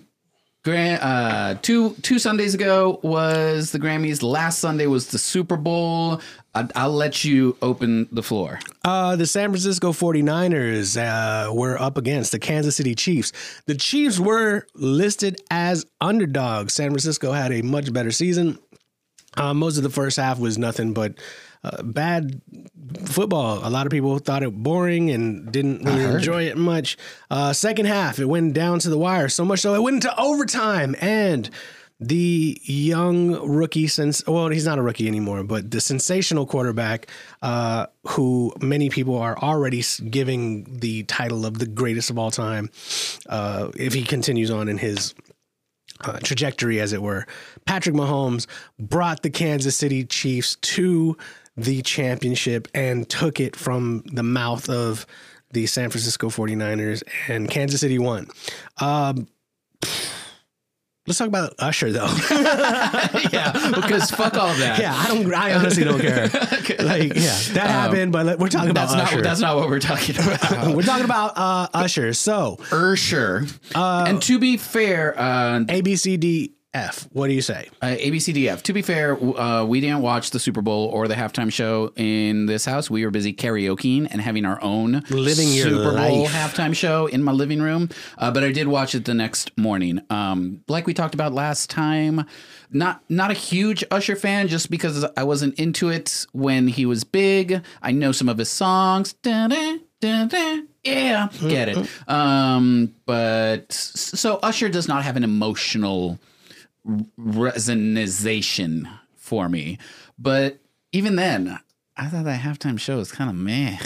Gra- uh, two two Sundays ago was the Grammys. Last Sunday was the Super Bowl. I- I'll let you open the floor.
Uh, the San Francisco 49ers uh, were up against the Kansas City Chiefs. The Chiefs were listed as underdogs. San Francisco had a much better season. Uh, most of the first half was nothing but uh, bad football. A lot of people thought it boring and didn't really enjoy it much. Uh, second half, it went down to the wire so much so it went into overtime and. The young rookie, since well, he's not a rookie anymore, but the sensational quarterback, uh, who many people are already s- giving the title of the greatest of all time, uh, if he continues on in his uh, trajectory, as it were. Patrick Mahomes brought the Kansas City Chiefs to the championship and took it from the mouth of the San Francisco 49ers, and Kansas City won. Um, let's talk about Usher, though.
yeah, because fuck all that.
yeah, I don't. I honestly don't care. Like, yeah, that happened, but like, we're talking about
um, That's not,
Usher.
that's not what we're talking about.
we're talking about uh, Usher. So
Ursher. and to be fair, uh,
A B C D F. What do you say?
Uh, ABCDF. To be fair, w- uh, we didn't watch the Super Bowl or the halftime show in this house. We were busy karaokeing and having our own
Living your
Super Bowl
life.
halftime show in my living room. Uh, but I did watch it the next morning. Um, like we talked about last time, not not a huge Usher fan, just because I wasn't into it when he was big. I know some of his songs. Da-da, da-da, Yeah, get it.
Mm-hmm.
Um, but s- so Usher does not have an emotional resonization for me. But even then, I thought that halftime show was kind of meh.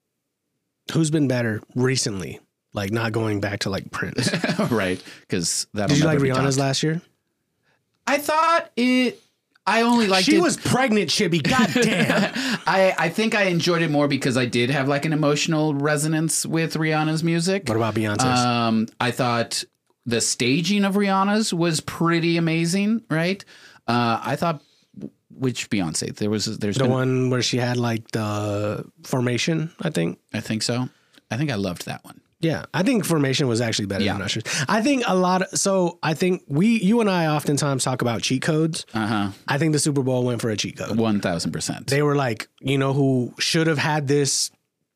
Who's been better recently? Like not going back to like Prince.
right? Because that.
Did you like Rihanna's last year?
I thought it. I only liked
she
it.
was pregnant, Chibi. Goddamn.
I I think I enjoyed it more because I did have like an emotional resonance with Rihanna's music.
what about Beyonce's?
Um, I thought the staging of Rihanna's was pretty amazing. Right? Uh, I thought which Beyonce? There was there's
the
been,
one where she had like the formation, I think.
I think so. I think I loved that one.
Yeah, I think formation was actually better
Yeah.
than Usher's. I think a lot of so I think we you and I oftentimes talk about cheat codes.
Uh huh.
I think the Super Bowl went for a cheat code.
One thousand percent.
They were like, you know, who should have had this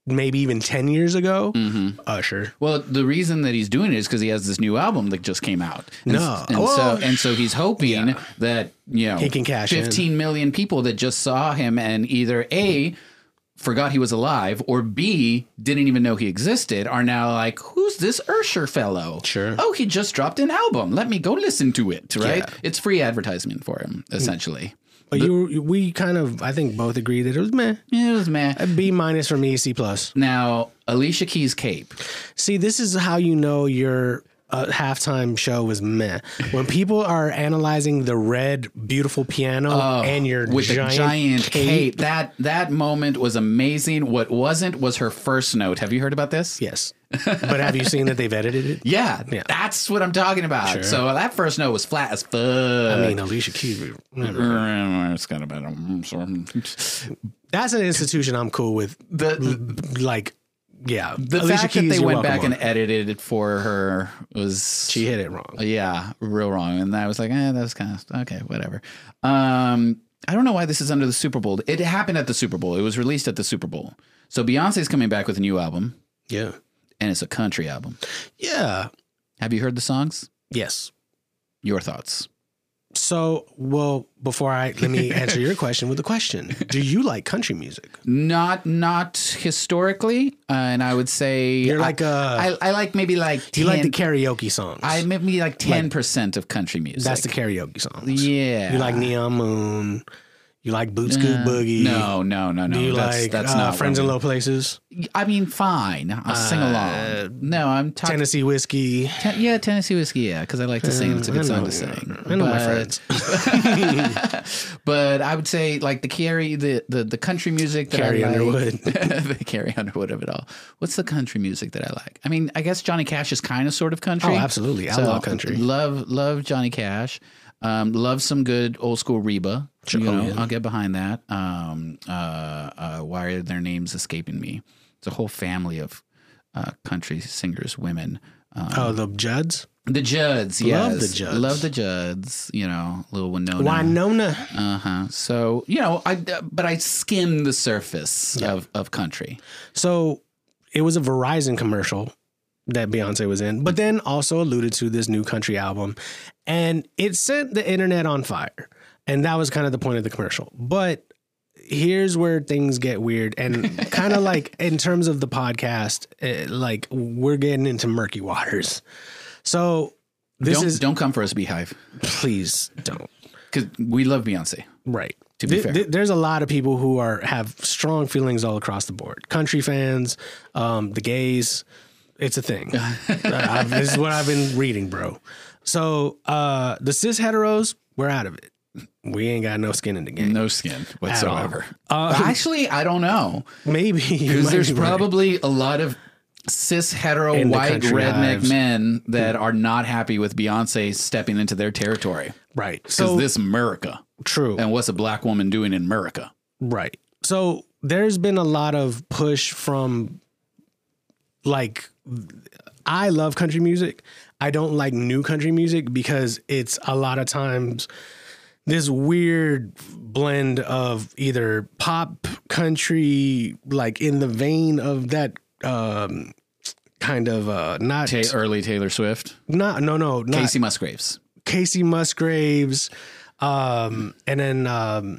maybe even ten years ago? Usher.
Well, the reason that he's doing it is because he has this new album that just came out. And,
No.
and
Well,
so and so he's hoping that you know
He can cash in.
15 million people that just saw him and either a forgot he was alive or b didn't even know he existed are now like who's this Ursher fellow?
Sure.
Oh, he just dropped an album. Let me go listen to it. Right? It's free advertisement for him essentially.
But you we kind of I think both agree that it was meh.
Yeah, It was meh.
B minus for me, C plus.
Now Alicia Keys Cape.
See, this is how you know your uh, halftime show was meh. When people are analyzing the red, beautiful piano and your
Oh, with
giant,
the giant
cape.
cape. That that moment was amazing. What wasn't was her first note. Have you heard about this?
Yes. But have you seen that they've edited it?
Yeah, that's what I'm talking about. So that first note was flat as fuck. Mm,
I mean, Alicia Keys.
it's got a bit of-
That's an institution I'm cool with.
the
Like, yeah.
the fact that they
you're
went
welcome
back
on.
and edited it for her was
she hit it wrong.
Yeah, real wrong. And I was like, eh, that's kind of okay, whatever. Um, I don't know why this is under the Super Bowl. It happened at the Super Bowl. It was released at the Super Bowl. So Beyonce's coming back with a new album,
Yeah.
and it's a country album.
Yeah.
Have you heard the songs?
Yes.
Your thoughts?
So, well, before I let me answer your question with a question. Do you like country music?
Not not historically, uh, and I would say
You're
I-
like, uh,
I, I like maybe like
Do you like the
10
karaoke songs?
I maybe like ten percent of country music.
That's the karaoke songs.
yeah.
You like Neon Moon. You like Boot Scoot Boogie.
No, no, no, no.
Do you
that's
like
that's
uh,
not
Friends in
what
Low Places?
I'm- I mean, fine. I'll sing along. No, I'm talking.
Tennessee Whiskey. Mm,
Ten- yeah, Tennessee whiskey. Yeah, because I like to sing. It's a
I
good
know
song to
you.
sing.
I know my
But-
friends.
But I would say like the carry the the, the country music that
Carrie
I like,
Underwood.
the Carrie Underwood of it all. What's the country music that I like? I mean, I guess Johnny Cash is kind of sort of country.
Oh, absolutely. I love country.
Love love Johnny Cash. Um, love some good old school Reba.
Oh,
You know, I'll get behind that. Um, uh, uh, why are their names escaping me? It's a whole family of uh, country singers, women. Um,
Oh, the Judds?
the Judds, yes,
Love the Judds.
love the Judds. You know, little Winona.
Winona.
Uh huh. So you know, I but I skim the surface of of country.
So it was a Verizon commercial that Beyonce was in, but then also alluded to this new country album. And it set the internet on fire. And that was kind of the point of the commercial. But here's where things get weird. And kind of like in terms of the podcast, eh, like we're getting into murky waters. So this
don't
is,
don't come for us, Beehive,
please don't.
because we love Beyonce.
Right.
To be
Th-
fair.
th- there's a lot of people who are have strong feelings all across the board. Country fans, um, the gays, it's a thing. Uh, I've- this is what I've been reading, bro. So uh, the cis heteros, we're out of it. We ain't got no skin in the game.
No skin
At all.
whatsoever.
Uh,
Actually, I don't know
maybe you
because
might
there's
be right.
probably a lot of cis hetero
In the
white
country
redneck
hives.
men that are not happy with Beyonce stepping into their territory.
right.
Because
So
this America,
true.
and what's a black woman doing in America?
Right. So there's been a lot of push from like I love country music. I don't like new country music because it's a lot of times this weird blend of either pop country like in the vein of that um kind of uh not
Ta- early Taylor Swift,
not no no not
Casey Musgraves.
Casey Musgraves, um, and then um,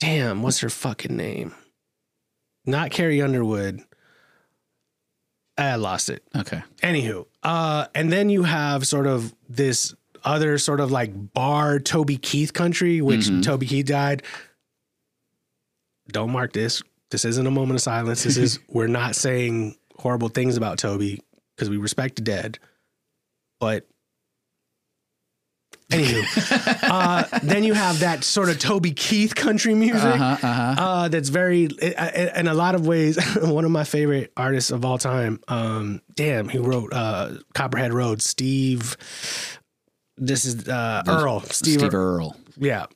damn, what's her fucking name? Not Carrie Underwood. I lost it.
Okay,
Anywho, uh, and then you have sort of this other sort of like bar Toby Keith country, which Toby Keith died. Don't mark this. This isn't a moment of silence. This is we're not saying horrible things about Toby because we respect the dead, but. Anywho, uh, then you have that sort of Toby Keith country music
uh-huh, uh-huh.
uh, that's very i- i- in a lot of ways one of my favorite artists of all time. Um, damn, he wrote uh, Copperhead Road. Steve, this is uh, Earl. Steve,
Steve Earle.
yeah.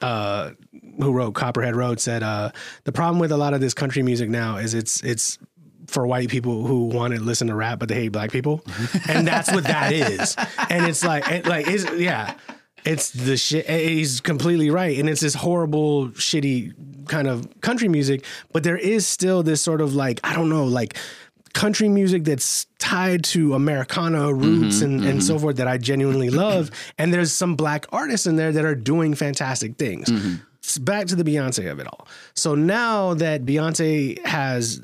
Uh, who wrote Copperhead Road said uh, the problem with a lot of this country music now is it's it's for white people who want to listen to rap but they hate black people, and that's what that is. And it's like it, like it's yeah, it's the shit. eh, He's completely right, and it's this horrible, shitty kind of country music. But there is still this sort of like I don't know like. Country music that's tied to Americana roots and, and so forth that I genuinely love. and there's some black artists in there that are doing fantastic things s- back to the Beyonce of it all. So now that Beyonce has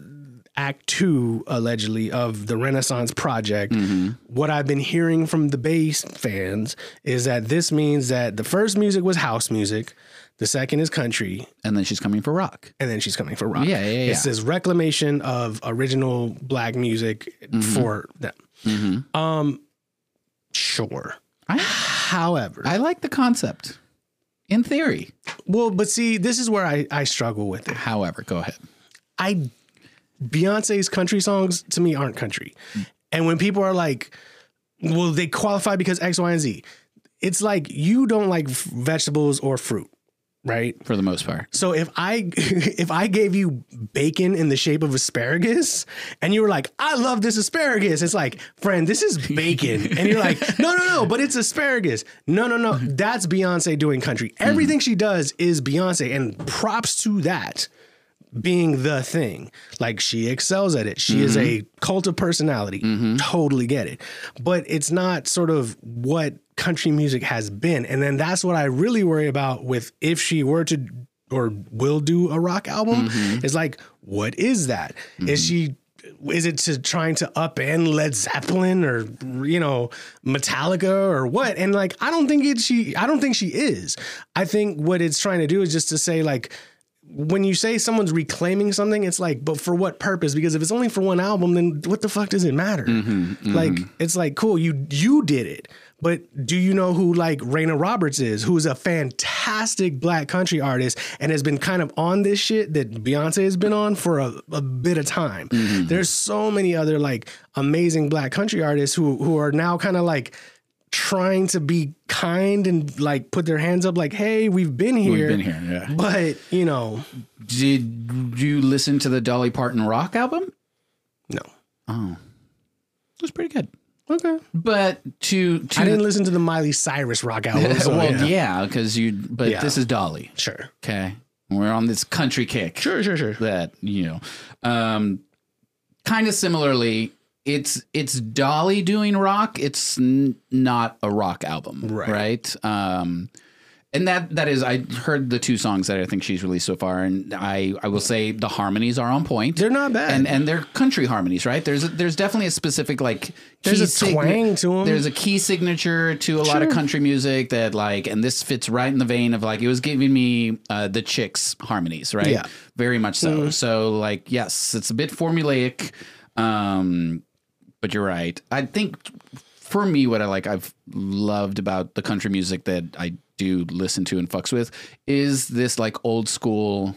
Act Two allegedly of the Renaissance Project,
Mm-hmm.
what I've been hearing from the bass fans is that this means that the first music was house music, the second is country,
and then she's coming for rock.
and then she's coming for rock.
Yeah, yeah, yeah.
It's this reclamation of original black music
Mm-hmm.
for them. Um, sure.
I,
However,
I like the concept in theory.
well, but see, this is where I, I struggle with it.
However, go ahead.
I Beyonce's country songs to me aren't country. And when people are like, well, they qualify because X, Y, and Z, it's like you don't like f- vegetables or fruit, right?
For the most part,
So if I if I gave you bacon in the shape of asparagus and you were like, I love this asparagus, it's like, friend, this is bacon. and you're like, no, no, no, but it's asparagus. No, no, no. That's Beyonce doing country. Everything she does is Beyonce, and props to that. being the thing. Like she excels at it. She is a cult of personality. Totally get it. But it's not sort of what country music has been. And then that's what I really worry about with if she were to or will do a rock album is like what is that? Is she is it to trying to upend Led Zeppelin or you know Metallica or what? And like I don't think it she I don't think she is. I think what it's trying to do is just to say like when you say someone's reclaiming something, it's like, but for what purpose? Because if it's only for one album, then what the fuck does it matter? Like, it's like, cool, you you did it, but do you know who like Raina Roberts is, who's a fantastic black country artist and has been kind of on this shit that Beyonce has been on for a, a bit of time. There's so many other like amazing black country artists who who are now kind of like trying to be kind and like put their hands up like hey we've been here
been here, yeah.
but you know
Did you listen to the Dolly Parton rock album? It
No.
was pretty good.
Okay.
But to to
I didn't listen to the Miley Cyrus rock album. so yeah.
well, yeah, because you. But
Yeah.
this is Dolly.
Sure.
Okay, we're on this country kick.
Sure, sure, sure.
that you know um kind of similarly it's it's dolly doing rock it's n- not a rock album
Right.
right um and that that is i heard the two songs that i think she's released so far and i i will say the harmonies are on point
They're not bad.
and and they're country harmonies right there's a, there's definitely a specific like
There's
key
a twang to 'em.
there's a key signature to a lot of country music that like and this fits right in the vein of like it was giving me uh the chicks harmonies right
Yeah. Mm-hmm.
very much so so like yes it's a bit formulaic um but you're right i think for me what i like i've loved about the country music that i do listen to and fucks with is this like old school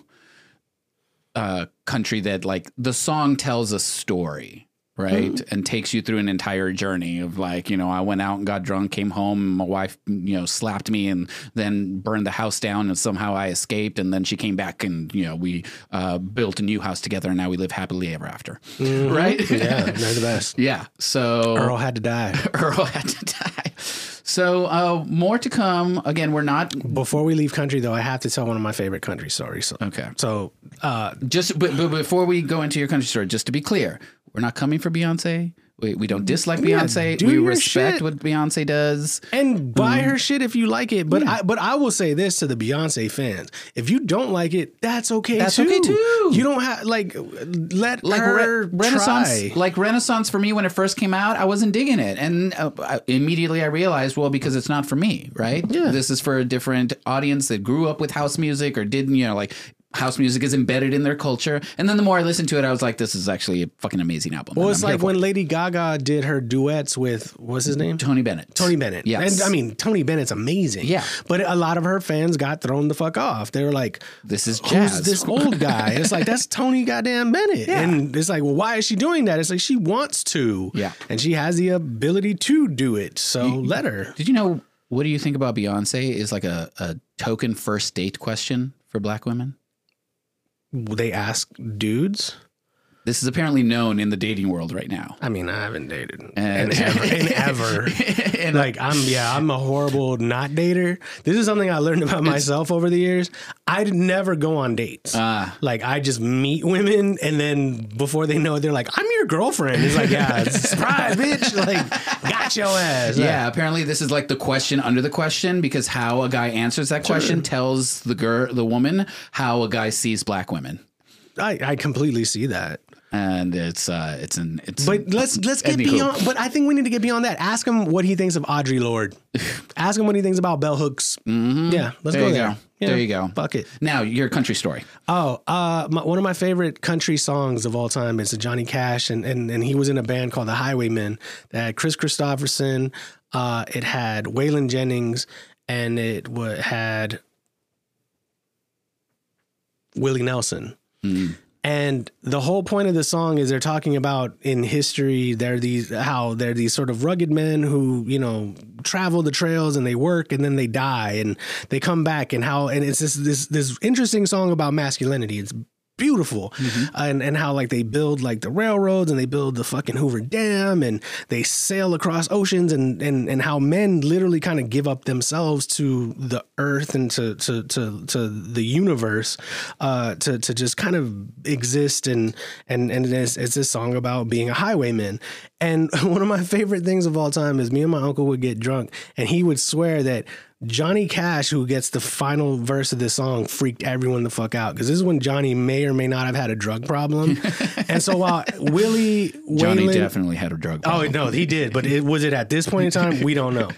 uh, country that like the song tells a story right and takes you through an entire journey of like you know i went out and got drunk came home and my wife you know slapped me and then burned the house down and somehow i escaped and then she came back and you know we uh, built a new house together and now we live happily ever after right
yeah, they're the best.
yeah so
Earl had to die.
earl had to die so uh, more to come again we're not
Before we leave country, though, I have to tell one of my favorite country stories. So,
Okay.
So, uh,
just but, but before we go into your country story, just to be clear, we're not coming for Beyonce. We, we don't dislike Beyonce.
do
we
your
respect
shit.
what Beyonce does.
and buy
Mm-hmm.
her shit if you like it.
Mm.
But I, but I will say this to the Beyonce fans: if you don't like it, that's okay.
That's
too.
okay, too.
You don't have like let
Like re-
her
Renaissance,
try.
like Renaissance for me when it first came out, I wasn't digging it, and uh, I, immediately I realized, well, because it's not for me, right? Yeah. This is for a different audience that grew up with house music or didn't, you know, like house music is embedded in their culture. And then the more I listened to it, I was like, this is actually a fucking amazing album.
Well,
and
it's
I'm here
like
for
when
it.
Lady Gaga did her duets with what's his name?
Tony Bennett.
Tony Bennett. yeah,
Yes.
And I mean, Tony Bennett's amazing.
Yeah.
But a lot of her fans got thrown the fuck off. They were like,
This is
Who's
jazz.
this old guy? It's like, that's Tony goddamn Bennett. And it's like, well, why is she doing that? It's like, she wants to.
Yeah.
And she has the ability to do it. So let her.
Did you know what do you think about Beyonce is like a, a token first date question for black women?
They ask dudes.
This is apparently known in the dating world right now.
I mean, I haven't dated
And-
and ever. And ever.
and
like I'm yeah, I'm a horrible not dater. This is something I learned about myself over the years. I'd never go on dates.
uh,
like I just meet women and then before they know it, they're like, I'm your girlfriend. It's like, yeah, surprise, bitch. Like, got your ass.
yeah, apparently this is like the question under the question because how a guy answers that question tells the girl, the woman, how a guy sees black women,
I, I completely see that.
and it's uh, it's an it's
But let's let's get
Anywho.
beyond. But I think we need to get beyond that. Ask him what he thinks of Audrey Lorde. Ask him what he thinks about bell hooks. Yeah,
Mm-hmm.
let's
There
go
you
there.
go.
Yeah,
There you go.
Fuck it.
now your country story.
Oh, uh, my, one of my favorite country songs of all time is Johnny Cash, and, and and he was in a band called the Highwaymen that had Chris Christopherson, uh, it had Waylon Jennings, and it wa had Willie Nelson.
Mm.
And the whole point of the song is they're talking about in history they're these how they're these sort of rugged men who you know travel the trails and they work and then they die and they come back and how and it's this this this interesting song about masculinity. It's beautiful, and and how like they build like the railroads and they build the fucking Hoover Dam and they sail across oceans and and and how men literally kind of give up themselves to the earth and to to to to the universe, uh, to to just kind of exist and and and it's, it's this song about being a highwayman. And one of my favorite things of all time is me and my uncle would get drunk and he would swear that Johnny Cash, who gets the final verse of this song, freaked everyone the fuck out because this is when Johnny may or may not have had a drug problem. and so while Willie
Johnny
Wayland-
definitely had a drug
Oh
problem.
no, he did, but it, was it at this point in time? We don't know.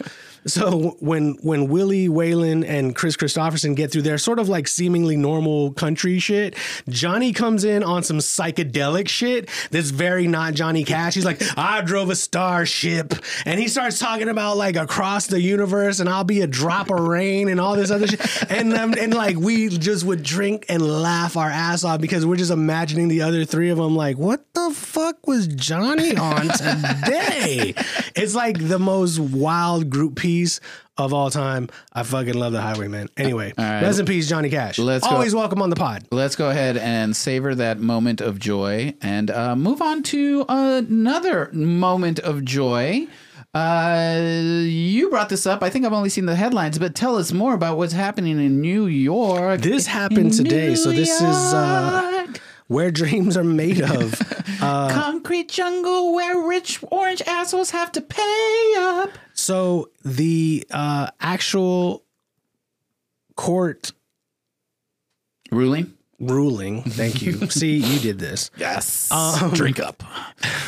So when when Willie Whalen and Chris Christopherson get through their sort of like seemingly normal country shit, Johnny comes in on some psychedelic shit that's very not Johnny Cash. He's like, I drove a starship, and he starts talking about like across the universe, and I'll be a drop of rain, and all this other shit, and um, and like we just would drink and laugh our ass off because we're just imagining the other three of them like, what the fuck was Johnny on today? it's like the most wild group piece of all time. I fucking love the Highwayman. Anyway, rest in peace, Johnny Cash.
Let's go.
always welcome on the pod.
Let's go ahead and savor that moment of joy and uh, move on to another moment of joy. Uh, you brought this up. I think I've only seen the headlines, but tell us more about what's happening in New York.
This happened today, so this is uh,
New York,
where dreams are made of.
concrete jungle where rich orange assholes have to pay up.
So the uh, actual court
Ruling.
ruling. Thank you. See, you did this.
Yes. Drink up,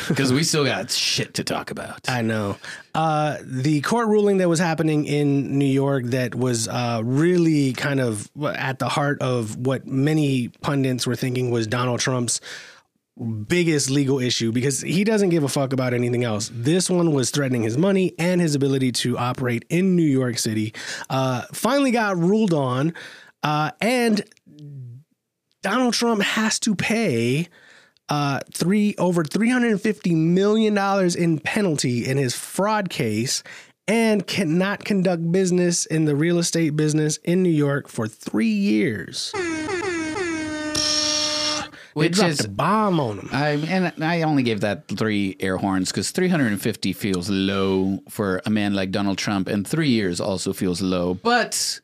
because we still got shit to talk about.
I know. Uh, the court ruling that was happening in New York that was uh, really kind of at the heart of what many pundits were thinking was Donald Trump's biggest legal issue because he doesn't give a fuck about anything else. This one was threatening his money and his ability to operate in New York City. Uh, finally got ruled on, uh, and Donald Trump has to pay uh, three over three hundred and fifty million dollars in penalty in his fraud case, and cannot conduct business in the real estate business in New York for three years. They
Which
dropped
is
a bomb on him.
I and I only gave that three air horns because 350 feels low for a man like Donald Trump, and three years also feels low. But,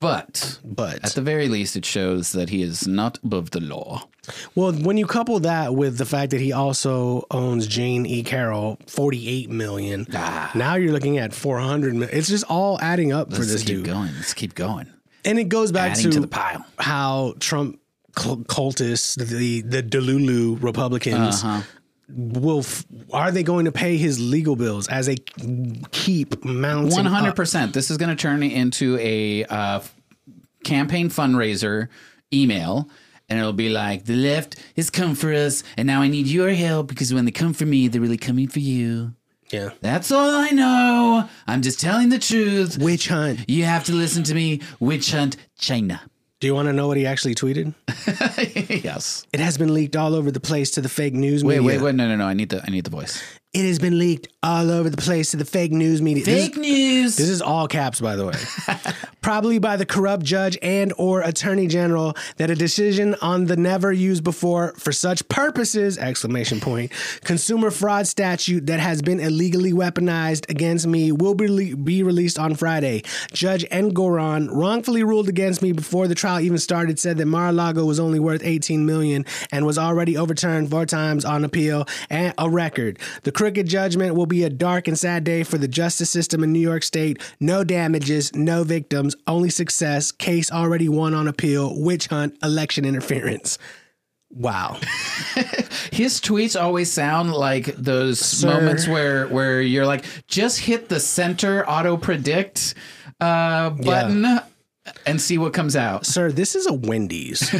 but
But
at the very least, it shows that he is not above the law.
Well, when you couple that with the fact that he also owns Jane E. Carroll, forty-eight million. Now you're looking at four hundred million. It's just all adding up for
Ah. Let's
this
keep
dude,
going. Let's keep going.
and it goes back
Adding to the pile.
how Trump cul- cultists, the the Delulu Republicans,
Uh-huh.
will f- are they going to pay his legal bills as they keep mounting?
One hundred
up?
percent. This is going to turn into a uh, f- campaign fundraiser email, and it'll be like the left has come for us, and now I need your help because when they come for me, they're really coming for you.
Yeah.
That's all I know. I'm just telling the truth.
Witch hunt.
You have to listen to me. Witch hunt China.
Do you want to know what he actually tweeted?
yes.
It has been leaked all over the place to the fake news
Wait,
media.
wait, wait. No, no, no. I need the I need the voice.
It has been leaked all over the place to the fake news media. This is-
Fake news.
This is all caps, by the way. Probably by the corrupt judge and or attorney general that a decision on the never used before for such purposes exclamation point consumer fraud statute that has been illegally weaponized against me will be, le- be released on Friday. Judge N. Goron wrongfully ruled against me before the trial even started. Said that Mar-a-Lago was only worth 18 million and was already overturned four times on appeal and a record. The crooked judgment will be a dark and sad day for the justice system in New York State. No damages, no victims, only success. Case already won on appeal. Witch hunt, election interference. Wow.
His tweets always sound like those moments where where you're like, just hit the center auto predict uh, button and see what comes out.
Sir, this is a Wendy's.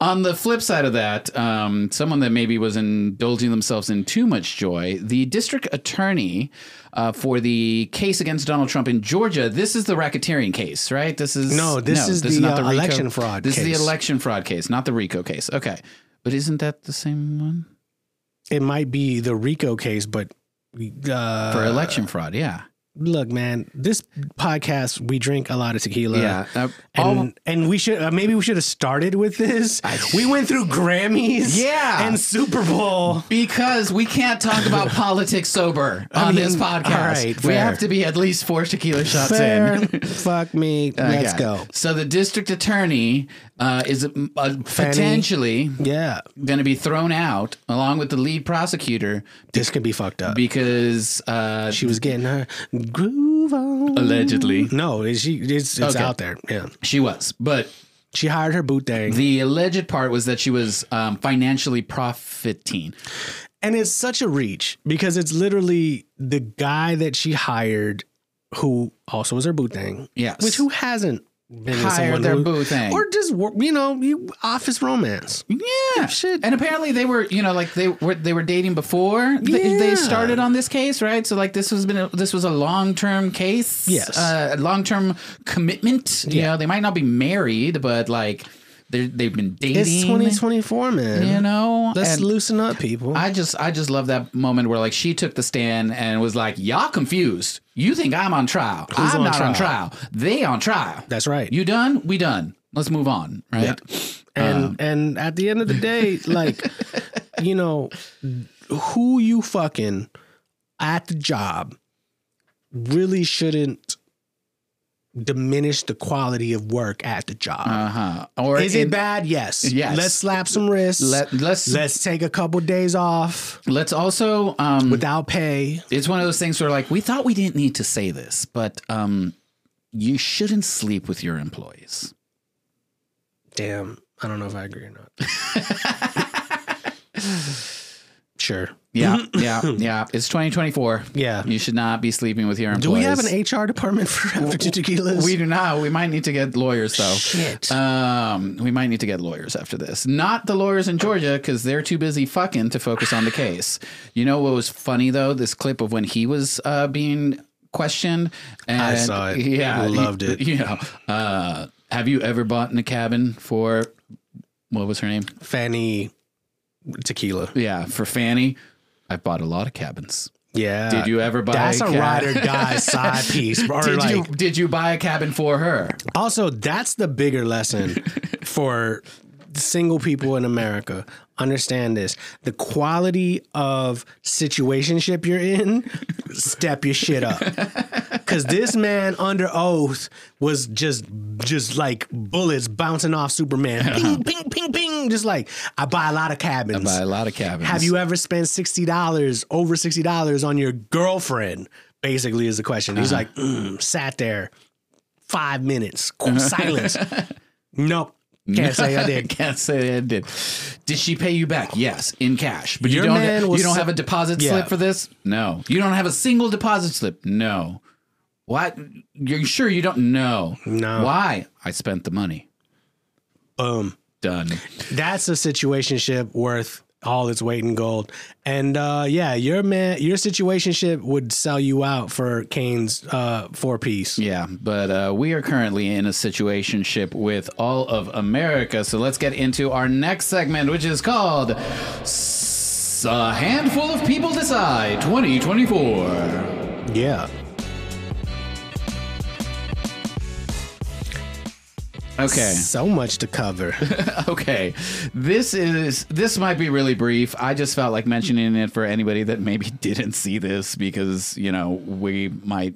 On the flip side of that, um, someone that maybe was indulging themselves in too much joy, the district attorney uh, for the case against Donald Trump in Georgia. This is the racketeering case, right? This is
No, this is the, uh, election fraud
This is
case.
the election fraud case, not the RICO case. Okay, but isn't that the same one
it might be the Rico case, but uh,
for election fraud? Yeah.
look, man, this podcast we drink a lot of tequila.
Yeah, uh,
and
all-
and we should uh, maybe we should have started with this. we went through Grammys,
Yeah.
and Super Bowl.
Because we can't talk about politics sober on
mean,
this podcast.
all right,
we
fair.
have to be at least four tequila shots in.
fuck me. Let's
Okay.
go.
So the district attorney uh, is uh, potentially
Yeah,
going to be thrown out along with the lead prosecutor
this could be fucked up.
because uh,
she was getting her groove on.
allegedly
No, is she? It's, it's
Okay.
out there. Yeah,
she was, but
she hired her boot thing.
the alleged part was that she was um, financially profiting.
And it's such a reach because it's literally the guy that she hired who also was her boot thing.
Yes.
Which who hasn't been with
Hired
someone
their
who-
boo thing.
Or just, wor- you know, you office romance.
Yeah,
Shit.
And apparently they were, you know, like they were they were dating before they,
Yeah.
they started on this case, right? So like this has been a, this was a long term case,
Yes.
uh, a long term commitment. You know, they might not be married, but like they they've been dating.
It's 2024, man.
you know,
Let's
and
loosen up, people.
I just I just love that moment where like she took the stand and was like, "Y'all confused? You think I'm on trial?
Who's
I'm
on
not on trial. They on trial.
That's right.
You done? We done. Let's move on, right?
and
um,
and at the end of the day, like, you know, who you fucking at the job really shouldn't diminish the quality of work at the job.
Uh huh. Or
Is
in-
it bad? Yes.
Yes.
Let's slap some wrists.
Let, let's
Let's take a couple days off
Let's also um
without pay.
it's one of those things where like we thought we didn't need to say this, but um you shouldn't sleep with your employees.
Damn. I don't know if I agree or not. sure.
Yeah, yeah, yeah. It's 2024.
Yeah.
You should not be sleeping with your employees.
Do we have an HR department for after tequilas?
We do not. We might need to get lawyers though.
Shit.
Um, we might need to get lawyers after this. Not the lawyers in Georgia because they're too busy fucking to focus on the case. You know what was funny though? This clip of when he was uh, being questioned. And
saw it.
Yeah,
Loved it.
You know, uh, have you ever bought in a cabin for what was her name?
Fanny tequila.
Yeah, for Fanny. I bought a lot of cabins.
Yeah.
Did you ever buy?
Uh, That's a
cab-
ride or die side piece. Or
Did
like,
you did you buy a cabin for her?
Also, that's the bigger lesson for single people in America. Understand this. The quality of situationship you're in, step your shit up. Cause this man under oath was just just like bullets bouncing off Superman. Ping, ping, ping, ping. Just like I buy a lot of cabins.
Buy a lot of cabins.
Have you ever spent sixty dollars over sixty dollars on your girlfriend? Basically, is the question. He's
Uh-huh.
like, mm, sat there five minutes, qu- silence. nope, can't say I did.
Can't say I did. Did she pay you back? Yes, in cash. But
Your
you don't.
man was
you don't
so-
have a deposit
Yeah.
slip for this. No. You don't have a single deposit slip. No. What? You're sure you don't? No.
No.
Why? I spent the money.
Boom.
Done.
Um, That's a situationship worth all its weight in gold. And uh, yeah, your man, your situationship would sell you out for Kane's uh, four piece.
Yeah, but uh, we are currently in a situationship with all of America. So let's get into our next segment, which is called S- "A Handful of People Decide 2024."
Yeah.
Okay.
So much to cover.
Okay, this is this might be really brief. I just felt like mentioning it for anybody that maybe didn't see this because you know we might.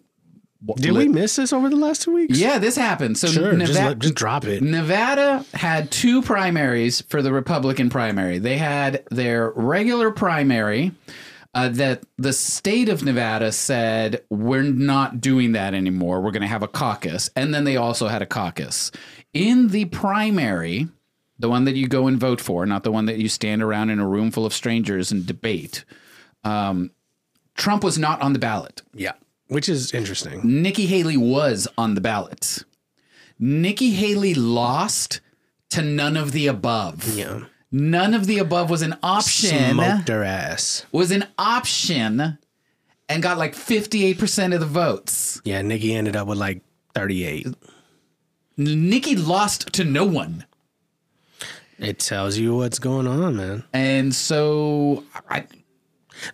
Did we miss this over the last two weeks?
Yeah, this happened. So
Sure. just,
Neva-
let- just drop it.
Nevada had two primaries for the Republican primary. They had their regular primary uh, that the state of Nevada said, we're not doing that anymore. We're going to have a caucus. And then they also had a caucus. In the primary, the one that you go and vote for, not the one that you stand around in a room full of strangers and debate, um, Trump was not on the ballot.
Yeah. Which is interesting.
Nikki Haley was on the ballot. Nikki Haley lost to none of the above.
Yeah.
None of the above was an option.
Smoked her ass.
Was an option and got like 58% of the votes.
Yeah, Nikki ended up with like 38.
Nikki lost to no one.
It tells you what's going on, man.
And so I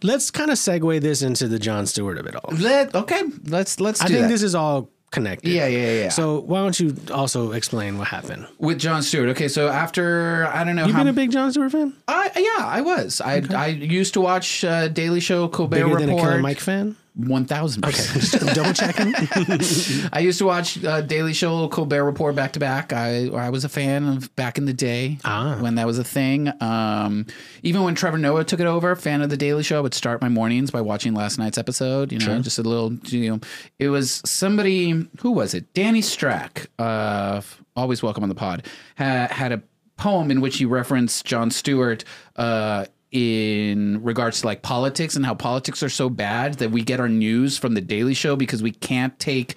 Let's kind of segue this into the John Stewart of it all.
Let okay. Let's let's. Do
I think
that.
this is all connected.
Yeah, yeah, yeah.
So why don't you also explain what happened?
with John Stewart. Okay, so after I don't know
You
how
been a big John Stewart fan?
I, yeah, I was. I I used to watch uh, Daily Show, Colbert
Bigger
Report,
than a Killer Mike fan?
one thousand percent.
Just double checking.
I used to watch uh, Daily Show, Colbert Report back to back. I I was a fan of back in the day
Ah.
when that was a thing. Um, even when Trevor Noah took it over, fan of the Daily Show, I would start my mornings by watching last night's episode. You know, just a little. You know, it was somebody who was it? Danny Strack, uh, always welcome on the pod, ha- had a poem in which he referenced John Stewart. Uh, in regards to like politics and how politics are so bad that we get our news from the Daily Show because we can't take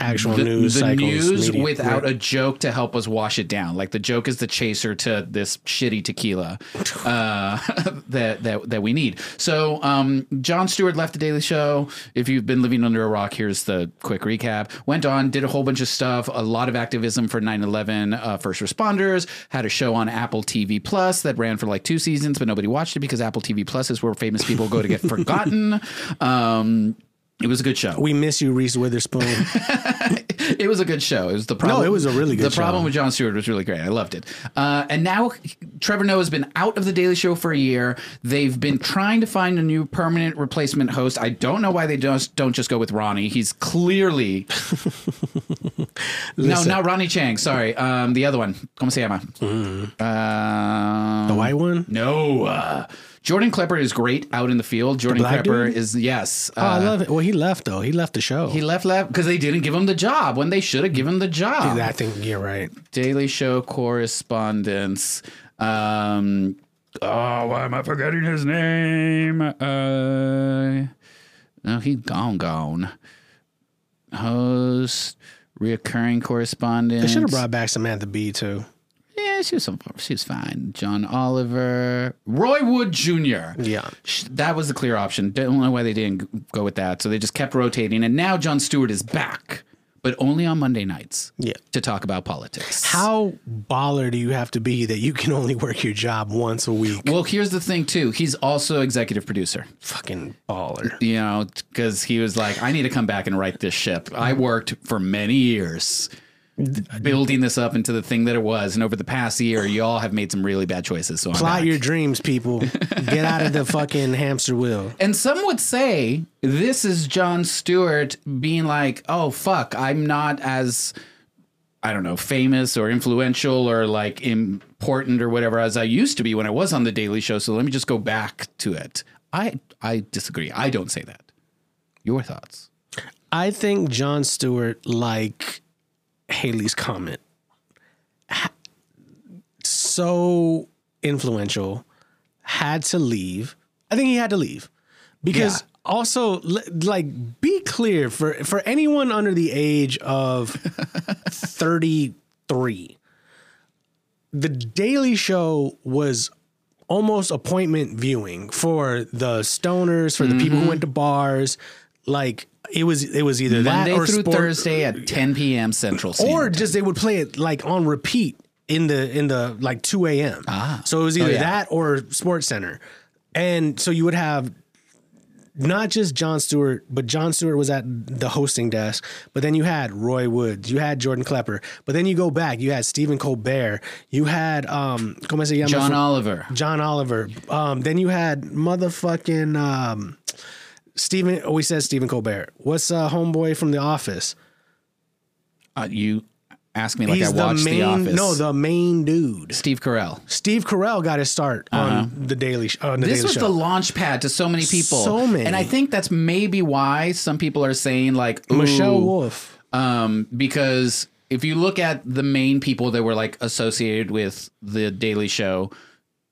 Actual news cycles.
news
media.
without a joke to help us wash it down. Like the joke is the chaser to this shitty tequila uh, that that that we need. So um, John Stewart left the Daily Show. If you've been living under a rock, here's the quick recap. Went on, did a whole bunch of stuff, a lot of activism for 9/11 uh, first responders. Had a show on Apple TV Plus that ran for like two seasons, but nobody watched it because Apple TV Plus is where famous people go to get forgotten. Um, it was a good show
We miss you, Reese Witherspoon.
it was a good show. It was the problem.
it was a really good
The problem
show.
with John Stewart was really great. I loved it. Uh, and now Trevor Noah has been out of the Daily Show for a year. They've been trying to find a new permanent replacement host. I don't know why they just don't just go with Ronnie. He's clearly no, not Ronnie Chang. Sorry, um, the other one. Como se llama?
Mm-hmm.
Um,
the white one?
no. uh, Jordan Klepper is great out in the field. Jordan
black
Klepper
dude?
is yes.
Oh,
uh,
I love it. Well, he left though. He left the show.
he left left because they didn't give him the job when they should have given him the job.
I think you're right.
Daily Show correspondence. Um, oh, why am I forgetting his name? Uh, no, he's gone, gone. Host, reoccurring correspondence.
They should have brought back Samantha Bee too.
Yeah, she was some, she was fine. John Oliver, Roy Wood Jr.
Yeah.
Sh- that was the clear option. Don't know why they didn't g- go with that. So they just kept rotating, and now John Stewart is back, but only on Monday nights.
Yeah.
to talk about politics.
How baller do you have to be that you can only work your job once a week?
Well, here's the thing too. He's also executive producer.
Fucking baller.
You know, because he was like, I need to come back and write this ship. I worked for many years building this up into the thing that it was, and over the past year, y'all have made some really bad choices. So I'm
Plot
back.
your dreams, people. Get out of the fucking hamster wheel.
And some would say this is John Stewart being like, oh, fuck, I'm not as, I don't know, famous or influential or like important or whatever as I used to be when I was on The Daily Show. So let me just go back to it. I, I disagree. I don't say that. Your thoughts?
I think John Stewart, like Haley's comment, ha- so influential, had to leave. I think he had to leave because
Yeah.
also, l- like, be clear for for anyone under the age of thirty three. The Daily Show was almost appointment viewing for the stoners, for the
Mm-hmm.
people who went to bars. Like it was, it was either
Monday
that or
through
sport-
Thursday at 10 p.m. Central Standard.
or just they would play it like on repeat in the in the like two a.m. Ah. So it was either
Oh, yeah.
that or Sports Center, and so you would have not just John Stewart, but John Stewart was at the hosting desk. But then you had Roy Woods, you had Jordan Klepper, but then you go back, you had Stephen Colbert, you had um, como se llama
John
from-
Oliver.
John Oliver. Um, then you had motherfucking um, Stephen. Oh, we said Stephen Colbert. What's uh, homeboy from The Office?
Uh, you asked me like I
the
watched
main.
The Office.
No, the main dude.
Steve Carell.
Steve Carell got his start on the Daily Show. On the
Uh-huh. this
Daily
was
Show.
the launch pad to so many people.
So many.
And I think that's maybe why some people are saying like ooh,
Michelle Wolf.
Um, because if you look at the main people that were like associated with the Daily Show,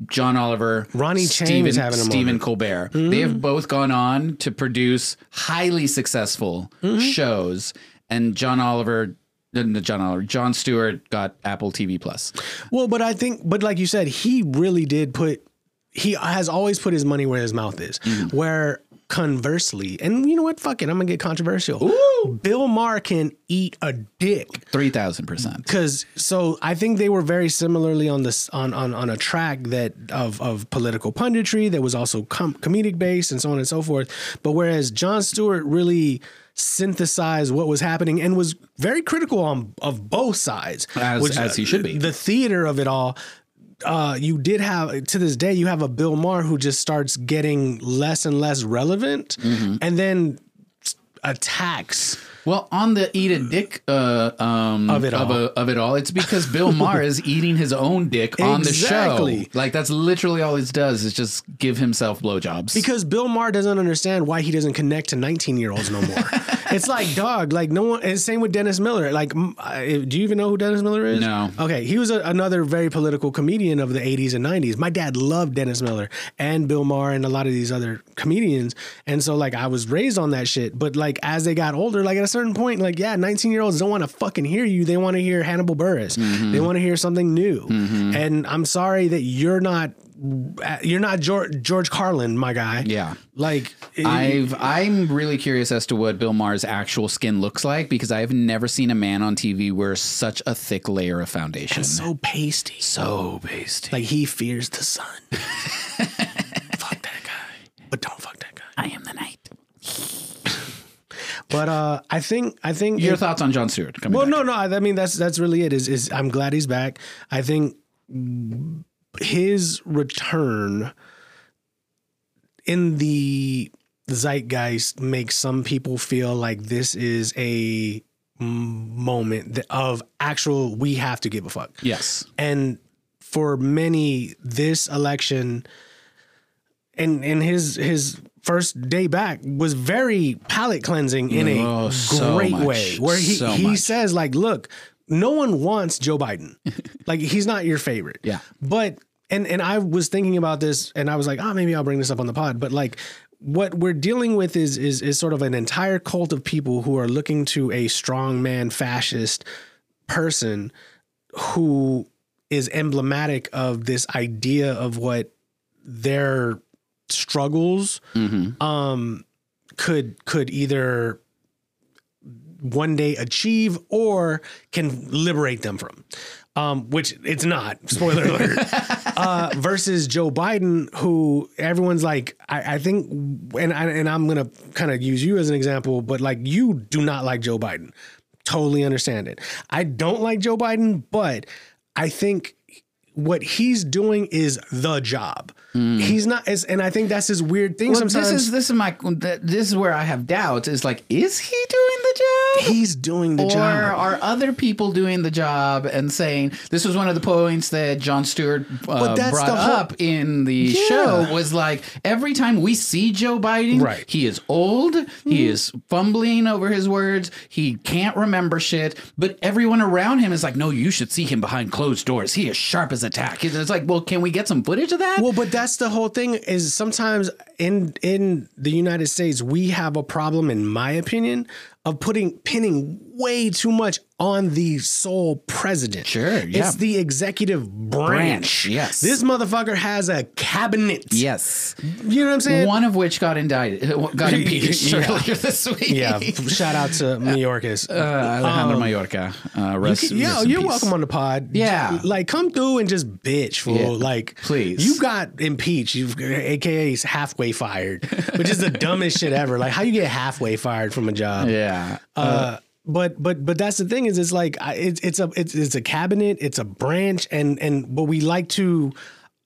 John Oliver,
Ronnie Chang
Stephen,
is having a Mm-hmm.
Stephen Colbert, they have both gone on to produce highly successful
Mm-hmm.
shows. And John Oliver, no, no, John Oliver, John Stewart got Apple TV Plus.
Well, but I think, but like you
Mm.
said, he really did put. He has always put his money where his mouth is. Where Conversely, and you know what? Fuck it. I'm gonna get controversial.
Ooh.
Bill Maher can eat a dick.
Three thousand percent.
Cause so I think they were very similarly on this on on on a track that of of political punditry that was also com- comedic based and so on and so forth. But whereas John Stewart really synthesized what was happening and was very critical on of both sides,
As- as he should be.
The theater of it all. Uh, you did have to this day you have a Bill Maher who just starts getting less and less relevant,
Mm-hmm.
and then attacks.
Well, on the eat a dick uh, um,
Of it
of,
all.
a- of it all, it's because Bill Maher is eating his own dick on the
Exactly.
show. Like that's literally all he does is just give himself blowjobs.
Because Bill Maher doesn't understand why he doesn't connect to 19 year olds no more. it's like, dog, like no one, and same with Dennis Miller. Like, mm, I- do you even know who Dennis Miller is?
No.
Okay. He was a, another very political comedian of the 80s and 90s. My dad loved Dennis Miller and Bill Maher and a lot of these other comedians. And so, like, I was raised on that shit. But, like, as they got older, like, at a certain point, like, yeah, 19 year olds don't want to fucking hear you. They want to hear Hannibal Burris, they want to hear something new. And I'm sorry that you're not. You're not George, George Carlin, my guy.
Yeah.
Like
I've I'm really curious as to what Bill Maher's actual skin looks like because I have never seen a man on TV wear such a thick layer of foundation.
it's so pasty.
so based.
Like he fears the sun. fuck that guy. But don't fuck that guy.
I am the night.
But uh I think I think
Your
it-
thoughts on John Stewart? Coming
Well
back?
no no I I mean that's that's really it is is I'm glad he's back. I think his return in the zeitgeist makes some people feel like this is a m- moment that- of actual we have to give a fuck.
Yes.
and for many this election and and his his first day back was very palate cleansing in a
Oh, so
great
much.
way where he
So
he
much.
says like look no one wants Joe Biden like he's not your favorite
Yeah.
but and and I was thinking about this and I was like, oh, maybe I'll bring this up on the pod. But like what we're dealing with is is is sort of an entire cult of people who are looking to a strong man fascist person who is emblematic of this idea of what their struggles
Mm-hmm.
um could could either one day achieve or can liberate them from um which it's not spoiler alert uh versus joe biden who everyone's like i, I think and I, and i'm gonna kind of use you as an example but like you do not like joe biden totally understand it i don't like joe biden but i think what he's doing is the job. He's not, it's, and I think that's his weird thing.
Hmm. Well,
sometimes
this is this is my th- this is where I have doubts. Is like, is he doing the job?
he's doing the
or
job.
are other people doing the job and saying this was one of the points that John Stewart uh,
that's
brought
the whole-
up in the
Yeah.
show was like every time we see Joe Biden,
Right. Mm-hmm.
he is old, he is fumbling over his words, he can't remember shit, but everyone around him is like, no, you should see him behind closed doors. He is sharp as a tack. And it's like, well, can we get some footage of that?
Well, but that's the whole thing. Is sometimes in in the United States we have a problem, in my opinion, of putting pinning way too much on the sole president.
Sure, yeah.
it's the executive branch.
Branch, yes.
this motherfucker has a cabinet.
yes.
you know what I'm saying.
One of which got indicted, uh, got impeached
Yeah.
earlier this week.
yeah, shout out to Mayorkas.
Uh, Alejandro Mallorca. Uh, rest,
Yeah,
rest in
you're
peace.
welcome on the pod.
Yeah.
like come through and just bitch, fool.
Yeah.
Like,
Please.
you got impeached. You've AKA 's halfway fired, which is the dumbest shit ever. Like, how you get halfway fired from a job?
Yeah.
Uh, but but but that's the thing is it's like I- it's it's a it's, it's a cabinet, it's a branch, and and but we like to.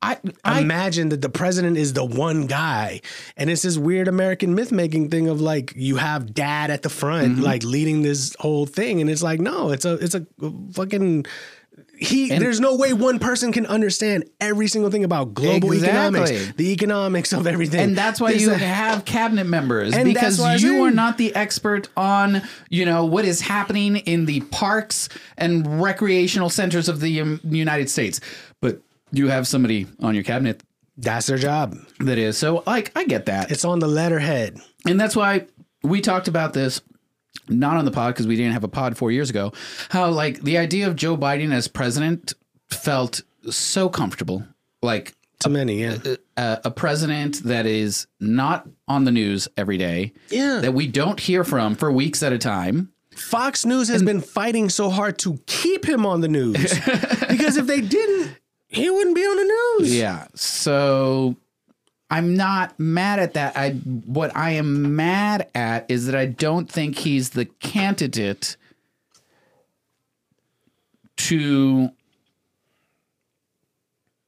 I, I
imagine that the president is the one guy and it's this weird american myth making thing of like you have dad at the front
Mm-hmm.
like leading this whole thing and it's like no it's a it's a fucking he there's no way one person can understand every single thing about global economics
Exactly.
the economics of everything
and that's why
This-
you have cabinet members
And that's
because
why I
you
said-
are not the expert on you know what is happening in the parks and recreational centers of the um, United States, but you have somebody on your cabinet
that's their job
that is. So like I get that,
it's on the letterhead
and that's why we talked about this not on the pod because we didn't have a pod four years ago how like the idea of joe biden as president felt so comfortable like
to many. Yeah,
uh, a president that is not on the news every day,
yeah.
that we don't hear from for weeks at a time.
Fox News has been fighting so hard to keep him on the news because if they didn't, he wouldn't be on the news.
Yeah. So I'm not mad at that. I what I am mad at is that I don't think he's the candidate to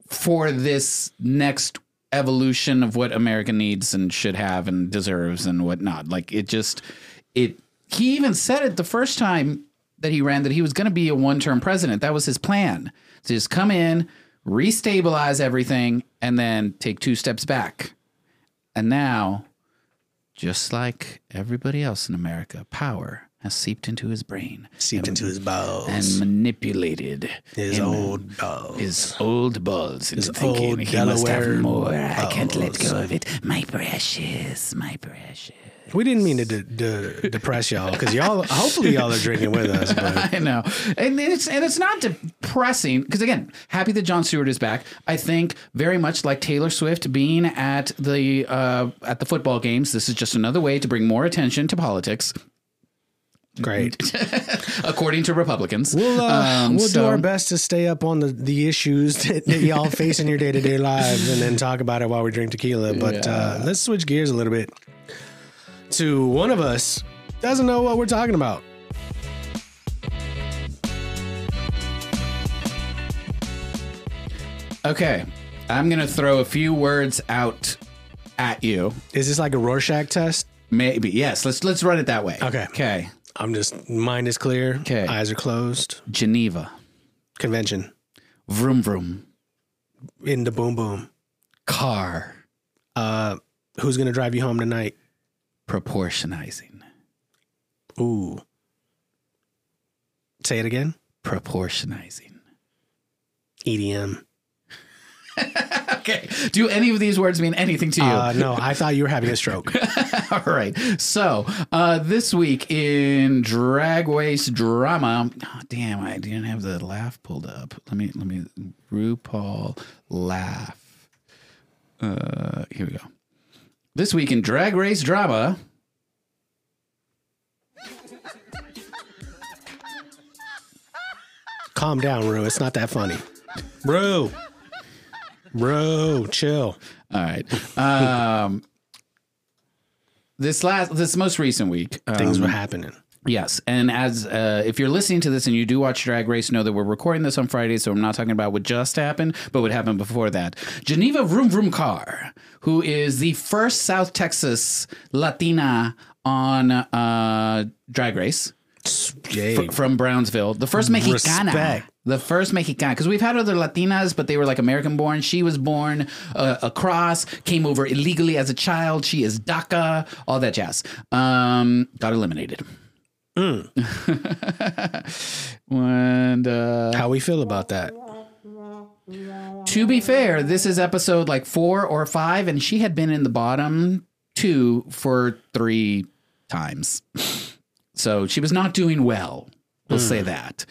for this next evolution of what America needs and should have and deserves and whatnot. Like it just it he even said it the first time that he ran that he was gonna be a one term president. That was his plan. To just come in, restabilize everything, and then take two steps back. And now, just like everybody else in America, power has seeped into his brain
Seeped into his bowels,
and manipulated
his
him
old bowels.
his old balls into thinking
old
he must
Delaware
have more. I can't let go of it. My precious, my precious.
We didn't mean to de- de- depress y'all because y'all, hopefully, y'all are drinking with us. But
I know, and it's and it's not depressing because again, happy that John Stewart is back. I think very much like Taylor Swift being at the uh, at the football games. This is just another way to bring more attention to politics,
great.
according to Republicans.
We'll, uh,
Um,
we'll do
so-
our best to stay up on the, the issues that, that y'all face in your day to day lives and then talk about it while we drink tequila. But uh, let's switch gears a little bit to one of us doesn't know what we're talking about.
Okay, I'm gonna throw a few words out at you.
Is this like a Rorschach test?
Maybe yes. Let's let's run it that way.
Okay.
Okay.
I'm just, mind is clear.
'Kay.
Eyes are closed.
Geneva.
Convention
Vroom vroom.
in the boom boom.
Car.
Uh, who's going to drive you home tonight?
proportionizing
Ooh. Say it again.
proportionizing E
EDM.
okay do any of these words mean anything to you
Uh, no, I thought you were having a stroke.
all right so uh, this week in drag race drama oh, damn i didn't have the laugh pulled up let me let me rupaul laugh uh, here we go this week in drag race drama
Calm down, Rue. It's not that funny. Rue. Rue, chill.
all right um this last this most recent week um,
Things were happening.
Yes, and as uh, if you're listening to this and you do watch Drag Race, know that we're recording this on Friday, so I'm not talking about what just happened, but what happened before that. Geneva Vroom Vroom Carr, who is the first South Texas Latina on uh, Drag Race
Yay.
from Brownsville, the first Mexicana.
Respect.
The first Mexicana, because we've had other Latinas, but they were like American born. She was born uh, across, came over illegally as a child. She is DACA, all that jazz. Um, got eliminated. and uh,
How we feel about that?
to be fair, this is episode like four or five, and she had been in the bottom two for three times. So she was not doing well. We'll say that.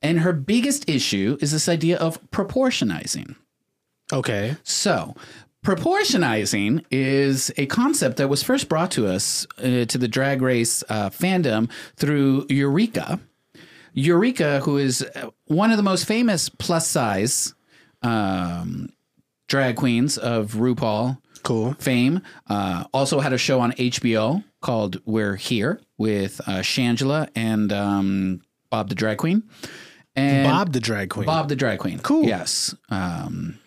And her biggest issue is this idea of proportionizing.
Okay.
So, proportionizing is a concept that was first brought to us uh, to the drag race uh, fandom through Eureka. Eureka, who is uh, one of the most famous plus size um, drag queens of RuPaul
Cool.
fame, uh, also had a show on HBO called We're Here with uh, Shangela and um, Bob the Drag Queen. And
Bob the drag queen.
Bob the Drag Queen.
Cool.
Yes. Um,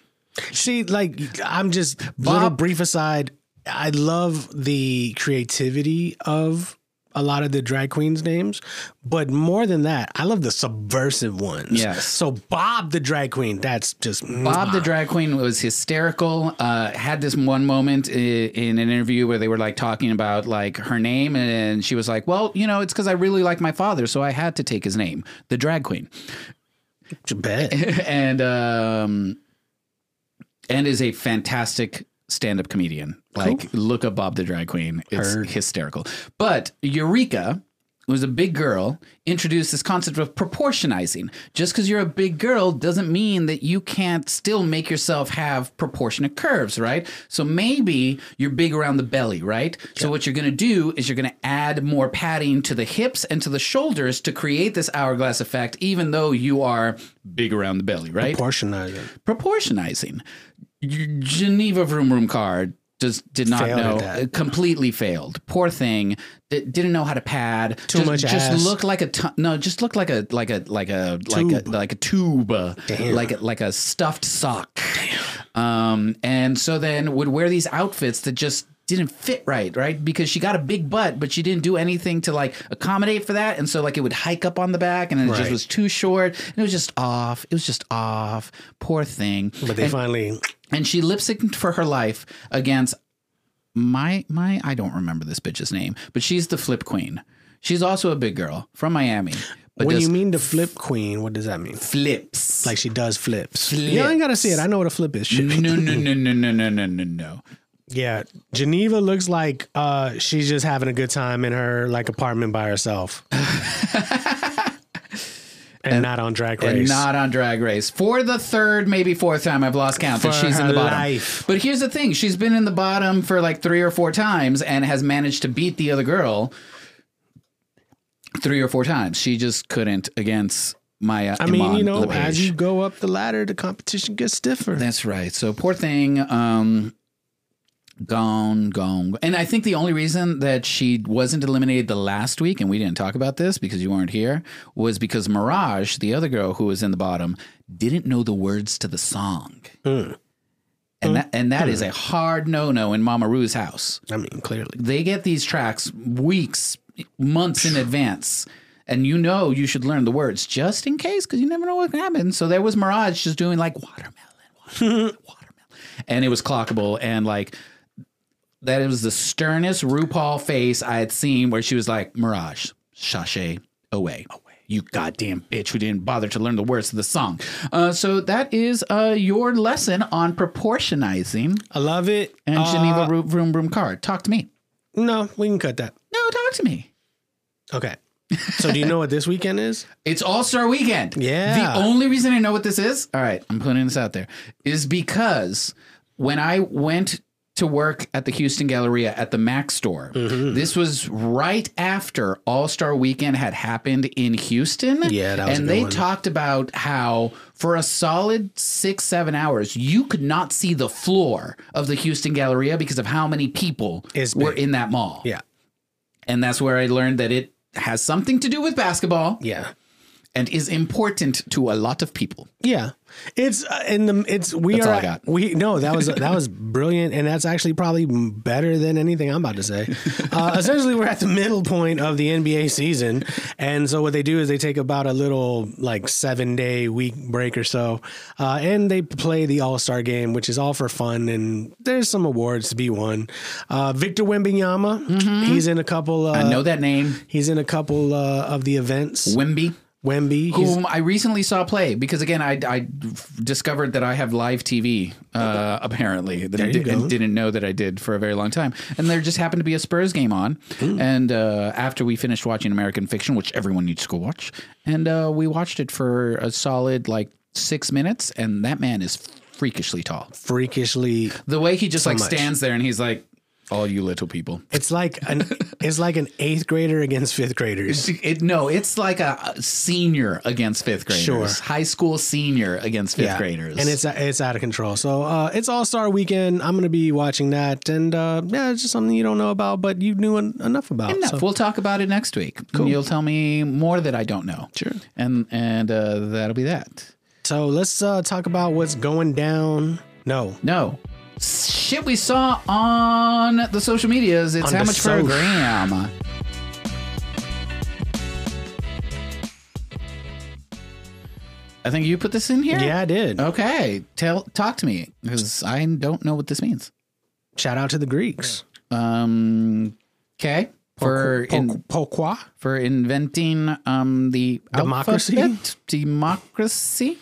See, like, I'm just little brief aside. I love the creativity of a lot of the drag queens' names, but more than that, I love the subversive ones.
Yes.
So Bob the drag queen. That's just mm,
Bob the drag queen was hysterical. Uh, had this one moment i- in an interview where they were like talking about like her name, and she was like, "Well, you know, it's because I really like my father, so I had to take his name, the drag queen,"
bet.
and um, and is a fantastic stand-up comedian. Like, look up Bob the drag queen; it's hysterical. But Eureka was a big girl, introduced this concept of proportionizing. Just because you're a big girl doesn't mean that you can't still make yourself have proportionate curves, right? So maybe you're big around the belly, right? So what you're going to do is you're going to add more padding to the hips and to the shoulders to create this hourglass effect, even though you are big around the belly, right?
Portionizer.
proportionizing. G- Geneva Vroom Vroom Card just did not
Failed at
know.
that.
uh, Completely failed. Poor thing. D- didn't know how to pad. Too just,
much
Just
ass.
looked like a tu- no. Just looked like a like a like a like
Tube.
a like a tube. uh, Like a, like a stuffed sock. Um, and so then would wear these outfits that just didn't fit right, right? Because she got a big butt, but she didn't do anything to like accommodate for that. And so like it would hike up on the back, and then it
Right.
just was too short. And it was just off. It was just off. Poor thing
But they finally
and she lip synced for her life against my my I don't remember this bitch's name, but she's the flip queen. She's also a big girl from Miami, but
when
just
you mean the flip queen, what does that mean?
flips.
Like she does flips. Yeah, I ain't gotta see it. I know what a flip is. Shit.
no, no, no, no, no, no, no, no, no.
Yeah. Geneva looks like uh she's just having a good time in her like apartment by herself. and, not on drag race.
And not on Drag Race for the third, maybe fourth time. I've lost count that
For
she's in
her
the bottom.
life.
But here's the thing: she's been in the bottom for like three or four times and has managed to beat the other girl three or four times. She just couldn't against Maya.
I mean,
Iman
you know,
Lepage.
as you go up the ladder, the competition gets stiffer.
That's right. So poor thing. Um, gone, gone. And I think the only reason that she wasn't eliminated the last week, and we didn't talk about this because you weren't here, was because Mirage, the other girl who was in the bottom, didn't know the words to the song.
Hmm,
And that and that is a hard no no in Mama Rue's house.
I mean, clearly.
They get these tracks weeks, months in advance. And you know you should learn the words just in case, because you never know what can happen. So there was Mirage just doing like watermelon, watermelon, watermelon. And it was clockable. And like that was the sternest RuPaul face I had seen where she was like, Mirage, sachet away. You goddamn bitch who didn't bother to learn the words to the song. Uh, so that is uh, your lesson on proportionizing
I love it.
and
Uh,
Geneva Ru- Vroom Vroom card. Talk to me.
No, we can cut that.
No, talk to me.
Okay. So do you know what this weekend is?
It's All Star Weekend.
Yeah.
The only reason I know what this is, all right, I'm putting this out there, is because when I went to work at the Houston Galleria at the Mac store,
Mm-hmm.
this was right after All Star Weekend had happened in Houston.
Yeah, that was a
and
good
they
one.
talked about how for a solid six, seven hours, you could not see the floor of the Houston Galleria because of how many people
It's
were
big.
in that mall.
Yeah.
And that's where I learned that it has something to do with basketball
Yeah.
and is important to a lot of people.
Yeah, it's uh, in the it's we
That's
are
all I got.
we no that was that was brilliant and that's actually probably better than anything I'm about to say. Uh, essentially, we're at the middle point of the NBA season, and so what they do is they take about a little like seven day week break or so, uh, and they play the All Star game, which is all for fun and there's some awards to be won. Uh, Victor Wembanyama, he's in a couple. Uh,
Mm-hmm. I know that name,
he's in a couple uh, of the events.
Wimby,
Wemby, he's
whom I recently saw play because again I, I discovered that I have live TV uh, apparently that I
you
did,
go.
and didn't know that I did for a very long time, and there just happened to be a Spurs game on, and uh, after we finished watching American Fiction, which everyone needs to go watch, and uh, we watched it for a solid like six minutes, and that man is freakishly tall.
freakishly
The way he just like
much.
stands there and he's like, "All you little people."
It's like an it's like an eighth grader against fifth graders.
It, no, it's like a senior against fifth graders.
Sure.
High school senior against fifth
Yeah.
graders.
and it's it's out of control. So uh, it's All Star Weekend. I'm gonna be watching that, and uh, yeah, it's just something you don't know about, but you knew en- enough about.
enough.
So
We'll talk about it next week. And You'll tell me more that I don't know. Sure. And and uh, that'll be that.
so let's uh, talk about what's going down. No,
No. Shit we saw on the social medias. It's
On
how
the
much for a
social.
gram. I think you put this in here?
yeah, I did.
Oh. Okay. Tell talk to me. Because I don't know what this means.
Shout out to the Greeks.
Um, okay. For in,
Pourquoi?
for inventing um the
Democracy?
alphabet? democracy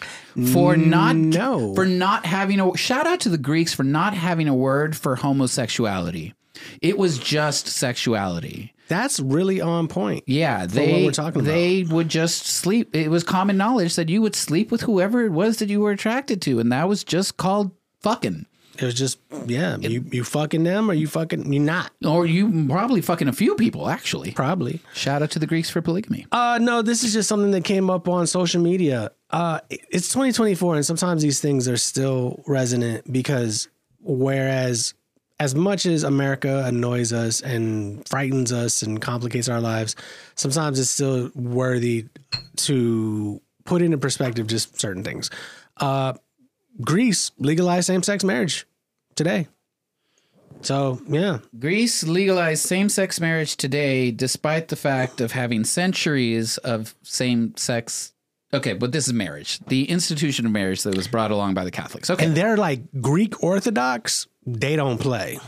for not
No.
for not having a shout out to the Greeks for not having a word for homosexuality. It was just sexuality.
That's really on point.
Yeah,
what
they
we're talking about.
they would just sleep. It was common knowledge that you would sleep with whoever it was that you were attracted to, and that was just called fucking.
It was just yeah, you you fucking them or you fucking you not
Or you probably fucking a few people actually.
probably.
Shout out to the Greeks for polygamy.
Uh, no, this is just something that came up on social media. Uh, it- it's 2024, and sometimes these things are still resonant because whereas as much as America annoys us and frightens us and complicates our lives, sometimes it's still worthy to put into perspective just certain things. Uh, Greece legalized same-sex marriage today. So yeah,
Greece legalized same-sex marriage today, despite the fact of having centuries of same-sex. Okay, but this is marriage, the institution of marriage that was brought along by the Catholics. Okay,
and they're like Greek Orthodox. They don't play.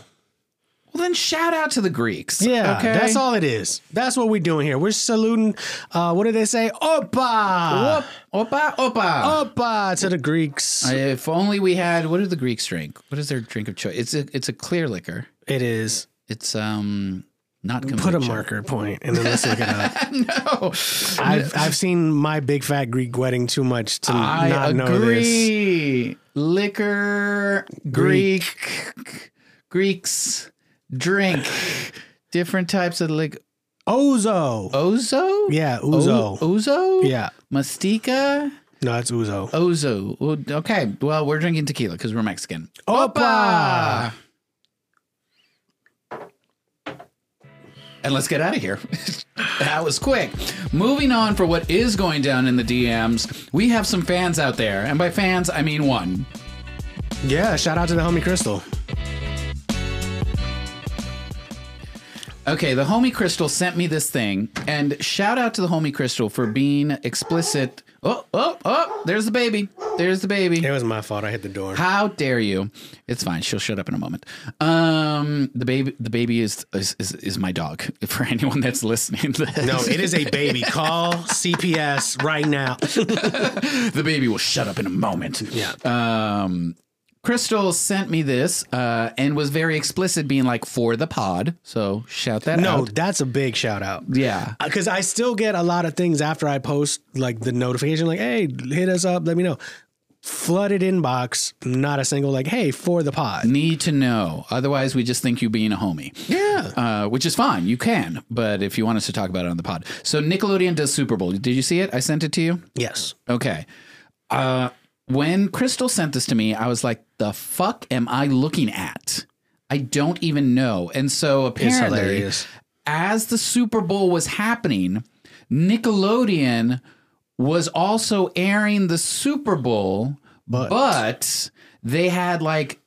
well then shout out to the Greeks.
Yeah,
okay,
that's all it is. That's what we're doing here. We're saluting. Uh, what do they say? Opa,
Op- Opa, opa.
Oh. opa to the Greeks.
Uh, If only we had. What do the Greeks drink? What is their drink of choice? It's a it's a clear liquor.
it is.
It's um not
Put a
kombucha.
marker point and then let's look it up.
no,
I've I've seen my big fat Greek wedding too much to
I
not know this.
agree. Liquor, Greek, Greeks drink different types of liquor.
Ozo.
Oh. Ozo,
Yeah,
O-
Uzo.
Ozo,
Yeah,
Mastica,
no, it's Uzo.
Oh. Ozo. O- Okay, well we're drinking tequila because we're Mexican.
Opa.
And let's get out of here. that was quick. Moving on for what is going down in the DMs, we have some fans out there. And by fans, I mean one.
Yeah, shout out to the homie Crystal.
Okay, the homie Crystal sent me this thing. And shout out to the homie Crystal for being explicit. Oh, oh, oh, there's the baby. There's the baby.
It was my fault. I hit the door.
How dare you? It's fine. She'll shut up in a moment. Um, the baby, the baby is is, is, is my dog. For anyone that's listening,
No, it is a baby. Call CPS right now.
the baby will shut up in a moment.
Yeah.
Um, Crystal sent me this uh, and was very explicit, being like for the pod. So shout that
No,
out.
that's a big shout out.
Yeah.
because Uh, I still get a lot of things after I post like the notification, like, hey, hit us up, let me know. Flooded inbox, not a single like, hey, for the pod.
Need to know. Otherwise, we just think you being a homie.
Yeah.
Uh, which is fine. You can, but if you want us to talk about it on the pod. So Nickelodeon does Super Bowl. Did you see it? I sent it to you.
Yes.
Okay. Uh, when Crystal sent this to me, I was like, the fuck am I looking at? I don't even know. And so
It's
apparently,
hilarious.
as the Super Bowl was happening, Nickelodeon was also airing the Super Bowl,
But-
but they had like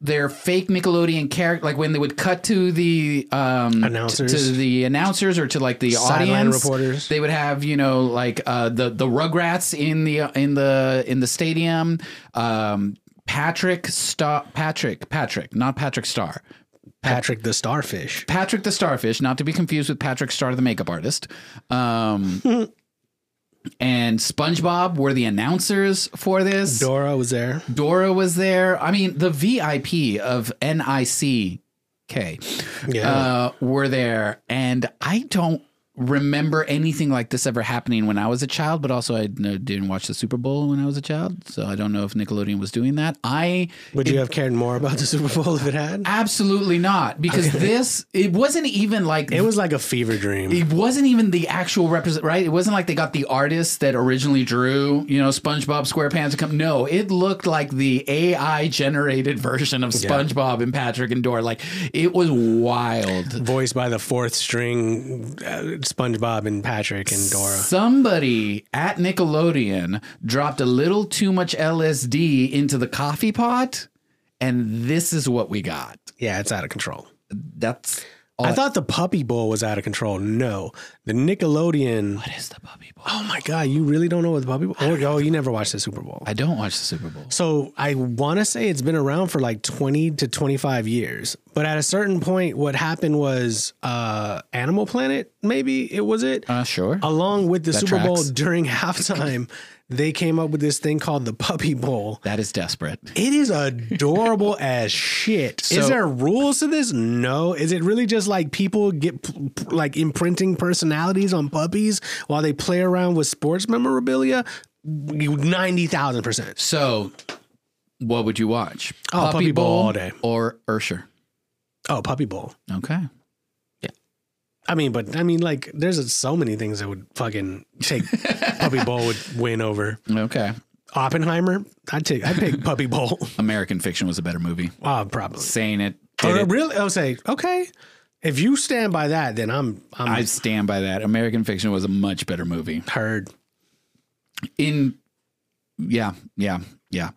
their fake Nickelodeon character, like when they would cut to the um,
Announcers.
to the announcers or to like the
Sideline
audience
reporters.
They would have you know like uh, the the Rugrats in the uh, in the in the stadium. Um, Patrick Star, Patrick, Patrick, not Patrick Star.
Patrick the Starfish.
Patrick the Starfish, not to be confused with Patrick Star, the makeup artist. Um, and SpongeBob were the announcers for this.
Dora was there.
Dora was there. I mean, the VIP of NICK
Yeah.
uh, were there. And I don't remember anything like this ever happening when I was a child, but also I no, didn't watch the Super Bowl when I was a child. So I don't know if Nickelodeon was doing that. I
Would you have cared more about the Super Bowl if it had?
absolutely not, because this, it wasn't even like
It was like a fever dream.
it wasn't even the actual represent right it wasn't like they got the artist that originally drew you know spongebob squarepants to come no it looked like the ai generated version of spongebob and patrick and dora like it was wild
Voiced by the fourth string uh, SpongeBob and Patrick and Dora.
Somebody at Nickelodeon dropped a little too much LSD into the coffee pot, and this is what we got.
Yeah, it's out of control.
That's all.
I thought the Puppy Bowl was out of control. No, the Nickelodeon.
what is the puppy bowl?
Oh my God, you really don't know what the Puppy Bowl? Oh, oh, you never watched the Super Bowl.
I don't watch the Super Bowl.
So I want to say it's been around for like 20 to 25 years. But at a certain point, what happened was uh, Animal Planet, maybe it was it,
Uh, sure.
along with the Super Bowl
tracks.
during halftime, they came up with this thing called the Puppy Bowl.
That is desperate.
It is adorable as shit.
So-
is there rules to this? No. Is it really just like people get p- p- like imprinting personalities on puppies while they play around with sports memorabilia? Ninety thousand percent.
So, what would you watch?
Oh, Puppy Bowl all day.
or Ursher.
Oh, Puppy Bowl.
Okay.
I mean, but I mean, like, there's so many things that would fucking take Puppy Bowl would win over
Okay.
Oppenheimer. I'd take. I'd pick Puppy Bowl.
American Fiction was a better movie.
Uh, probably.
Saying it, did
Or
it.
really? I'll say okay. If you stand by that, then I'm. I'm
I stand by that. American Fiction was a much better movie.
heard.
In, yeah, yeah, yeah.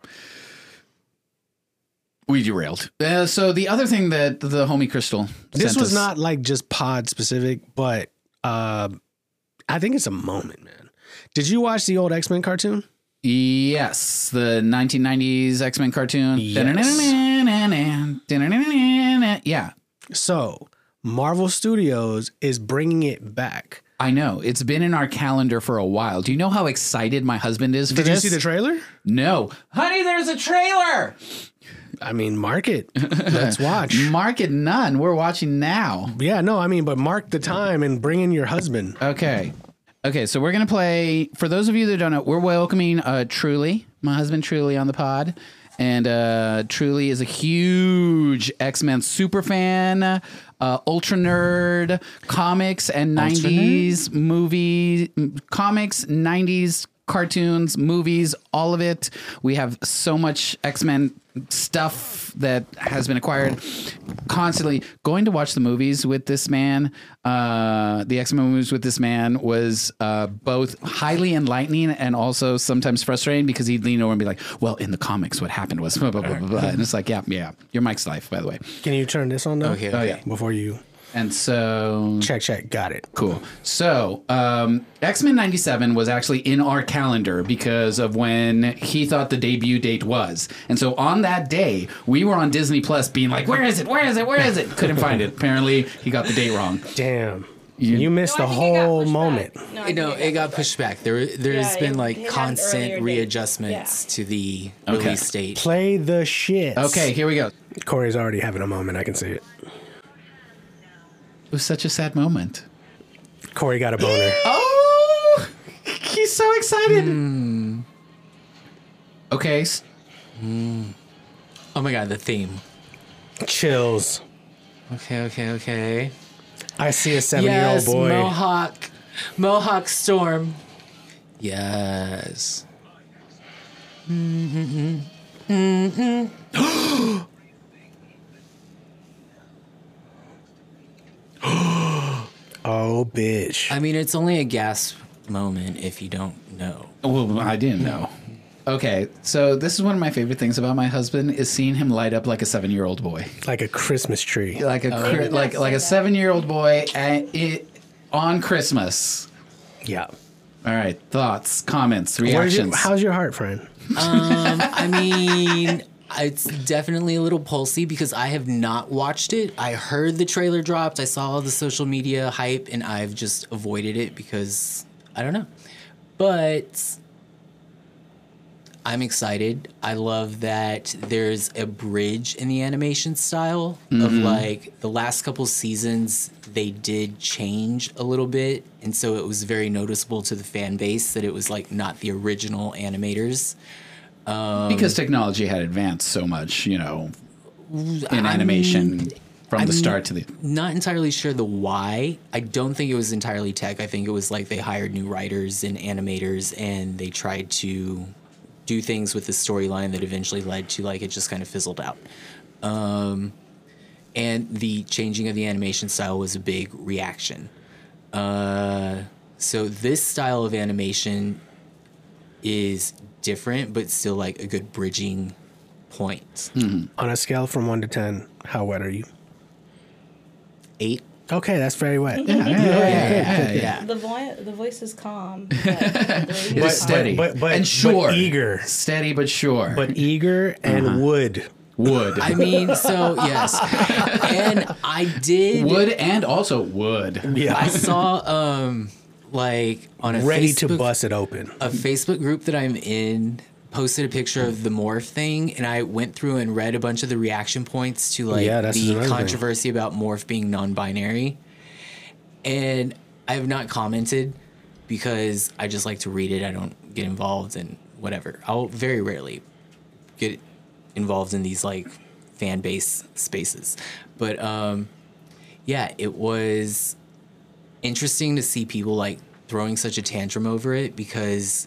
We derailed. Uh, so the other thing that the homie Crystal
This
sent
was
us-
not like just pod specific, but uh, I think it's a moment, man. Did you watch the old X Men cartoon?
Yes, the 1990s X Men cartoon. Yeah,
So Marvel Studios is bringing it back.
I know. It's been in our calendar for a while. Do you know how excited my husband is for
Did you
this?
see the trailer?
no, honey, there's a trailer.
I mean, mark it. Let's watch.
Mark it none. We're watching now.
Yeah, no, I mean, but mark the time and bring in your husband.
Okay. Okay, so we're gonna play. For those of you that don't know, we're welcoming uh, Truly, my husband Truly, on the pod, and uh, Truly is a huge X Men super fan, uh, ultra nerd, comics and '90s movie, m- comics '90s cartoons, movies, all of it. We have so much X Men stuff that has been acquired. Constantly going to watch the movies with this man, uh, the X Men movies with this man was uh, both highly enlightening and also sometimes frustrating because he'd lean over and be like, Well, in the comics, what happened was blah, blah, blah, blah, blah. And it's like, Yeah, yeah, your mic's life, by the way.
Can you turn this on though?
Okay, Oh, okay. yeah.
Before you
And so
check, check. Got it.
Cool. So, um, X Men 97 was actually in our calendar because of when he thought the debut date was. And so on that day, we were on Disney Plus being like, where is it? Where is it? Where is it? Couldn't find it. Apparently, he got the date wrong.
Damn. You, missed
No, I
the
think it got
whole
pushed back.
moment.
No, I
You
think
know,
it
it
got-
got pushed back. There, there's
Yeah,
been
it-
like
it had an earlier
constant
date.
readjustments to the release date.
Play the shit.
Okay, here we go. It
Corey's already having a moment. I can see it.
was such a sad moment.
Corey got a boner.
Oh, he's so excited. Okay. s-
Oh my god, the theme.
Chills.
Okay, okay, okay.
I see a seven-year-old
Yes,
boy.
Mohawk, Mohawk Storm. Yes.
oh, bitch.
I mean, it's only a gasp moment if you don't know.
Well, I didn't know. Okay, so this is one of my favorite things about my husband is seeing him light up like a seven-year-old boy.
like a Christmas tree.
like
Oh,
a cri-
did not
like
say
like a
that.
seven year old boy at it on Christmas.
Yeah.
All right, thoughts, comments,
Where's your,
reactions.
how's your heart, friend?
I mean, it's definitely a little pulsy because I have not watched it. I heard the trailer dropped. I saw all the social media hype, and I've just avoided it because I don't know. But I'm excited. I love that there's a bridge in the animation style of like the last couple seasons they did change a little bit and so it was very noticeable to the fan base that it was like not the original animators.
because technology had advanced so much, you know, in animation from the start to the.
not entirely sure the why. I don't think it was entirely tech. I think it was like they hired new writers and animators and they tried to do things with the storyline that eventually led to like it just kind of fizzled out. Um, and the changing of the animation style was a big reaction. Uh, so this style of animation is different, but still like a good bridging point.
On a scale from one to ten, how wet are you?
Eight.
Okay, that's very wet.
Yeah.
The voice, the voice is calm. but
It
the way
is
you
steady
but- but-
and
but
sure,
eager.
steady but sure.
But eager and
Uh-huh.
wood.
wood,
I mean, so yes, and I did.
wood, and also wood.
Yeah.
I saw um, like on a
ready to
Facebook-
bust it open.
a Facebook group that I'm in posted a picture of the morph thing and I went through and read a bunch of the reaction points to like
Yeah, that's another
the
thing.
controversy about morph being non-binary. And I have not commented because I just like to read it. I don't get involved in whatever. I'll very rarely get involved in these like fan base spaces. But um yeah, it was interesting to see people like throwing such a tantrum over it because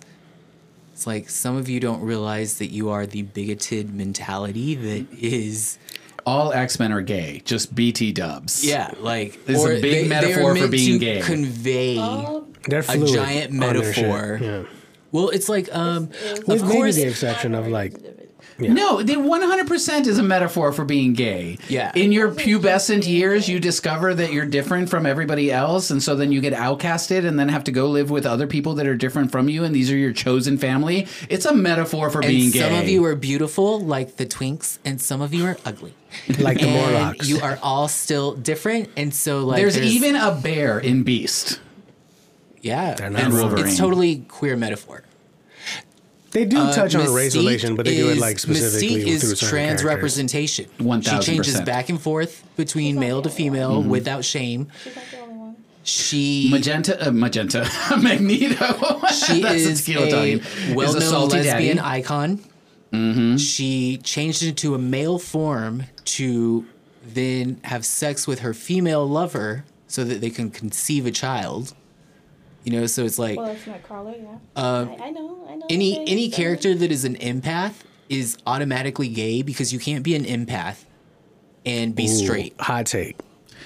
it's like some of you don't realize that you are the bigoted mentality that is
All X Men are gay. Just BT dubs.
yeah like
This is a big metaphor for being gay.
convey
Oh,
They're
a
fluid
giant
on their shit.
metaphor.
Yeah.
well it's like um
With
of
maybe
course
the exception of like
No, they 100% is a metaphor for being gay.
Yeah.
In your pubescent years, you discover that you're different from everybody else. And so then you get outcasted and then have to go live with other people that are different from you. And these are your chosen family. It's a metaphor for being
and
gay.
some of you are beautiful like the twinks and some of you are ugly
like the
and
Morlocks.
you are all still different and so like
there's, even a bear in Beast.
yeah
They're
it's-
not wrong.
Wolverine.
it's totally queer metaphor
They do touch on race
uh, Mystique
relation, but they do it
is-
like specifically
Mystique
through
is
certain
trans
characters.
representation. She
1000%.
changes back and forth between male to female
Mm-hmm.
without shame.
she's not the only one.
She
Magenta, uh, Magenta, Magneto.
she
That's a
is
tequila
a
Italian. Is
well-known
salty
lesbian
daddy. Mm-hmm.
icon. She changed into a male form to then have sex with her female lover so that they can conceive a child. You know, so it's like
Well, it's not Carla, yeah. Um, I, I know, I know.
Uh, any
okay,
any
so-
character that is an empath is automatically gay because you can't be an empath and be straight.
Ooh, hot take.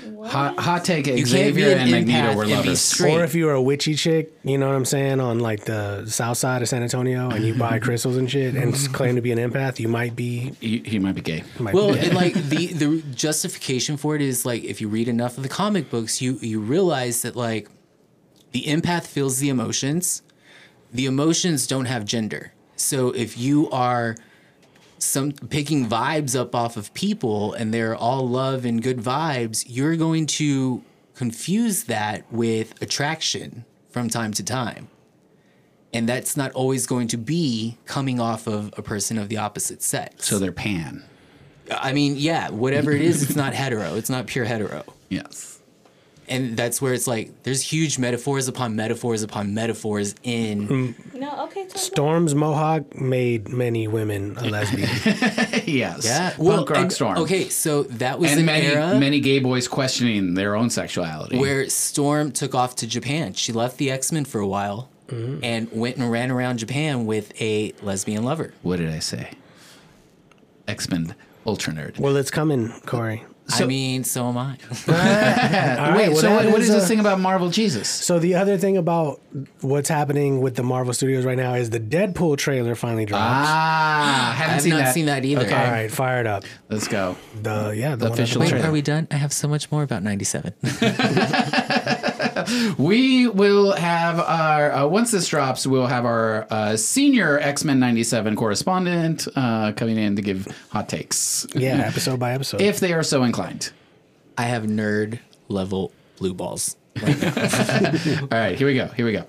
What?
Hot, hot take
You can't be
Xavier
an
and Magneto
empath
were
and be
lovers.
straight.
Or if you were a witchy chick, you know what I'm saying, on like the south side of San Antonio, and you buy crystals and shit, and claim to be an empath, you might be.
He, he might be gay.
Might
well,
be
and like the the justification for it is like if you read enough of the comic books, you you realize that like the empath feels the emotions. The emotions don't have gender. So if you are some picking vibes up off of people and they're all love and good vibes, you're going to confuse that with attraction from time to time. And that's not always going to be coming off of a person of the opposite sex.
So they're pan.
I mean, yeah, whatever it is, it's not hetero. It's not pure hetero.
Yes.
And that's where it's like there's huge metaphors upon metaphors upon metaphors in
No, okay. Talk
Storm's mohawk made many women a lesbian.
yes.
yeah.
Punk rock
and-
storm.
Okay, so that was
and
an
many
era
many gay boys questioning their own sexuality.
where Storm took off to Japan. She left the X Men for a while and went and ran around Japan with a lesbian lover.
what did I say? X Men Ultra Nerd.
well, it's coming, Corey.
I mean, so am I.
Uh,
All
Wait,
right, well,
so
that
what, what is
uh,
this thing about Marvel Jesus?
So the other thing about what's happening with the Marvel Studios right now is the Deadpool trailer finally dropped.
Ah, haven't
I have
seen
not
that.
seen that either.
All
Okay,
right, fired up.
let's go.
The yeah, the, one at the
official
Wait,
trailer.
are we done? I have so much more about 97.
We will have our uh, once this drops, we'll have our uh, senior X Men '97 correspondent uh, coming in to give hot takes
Yeah, episode by episode.
if they are so inclined.
I have nerd level blue balls.
All right, here we go. Here we go.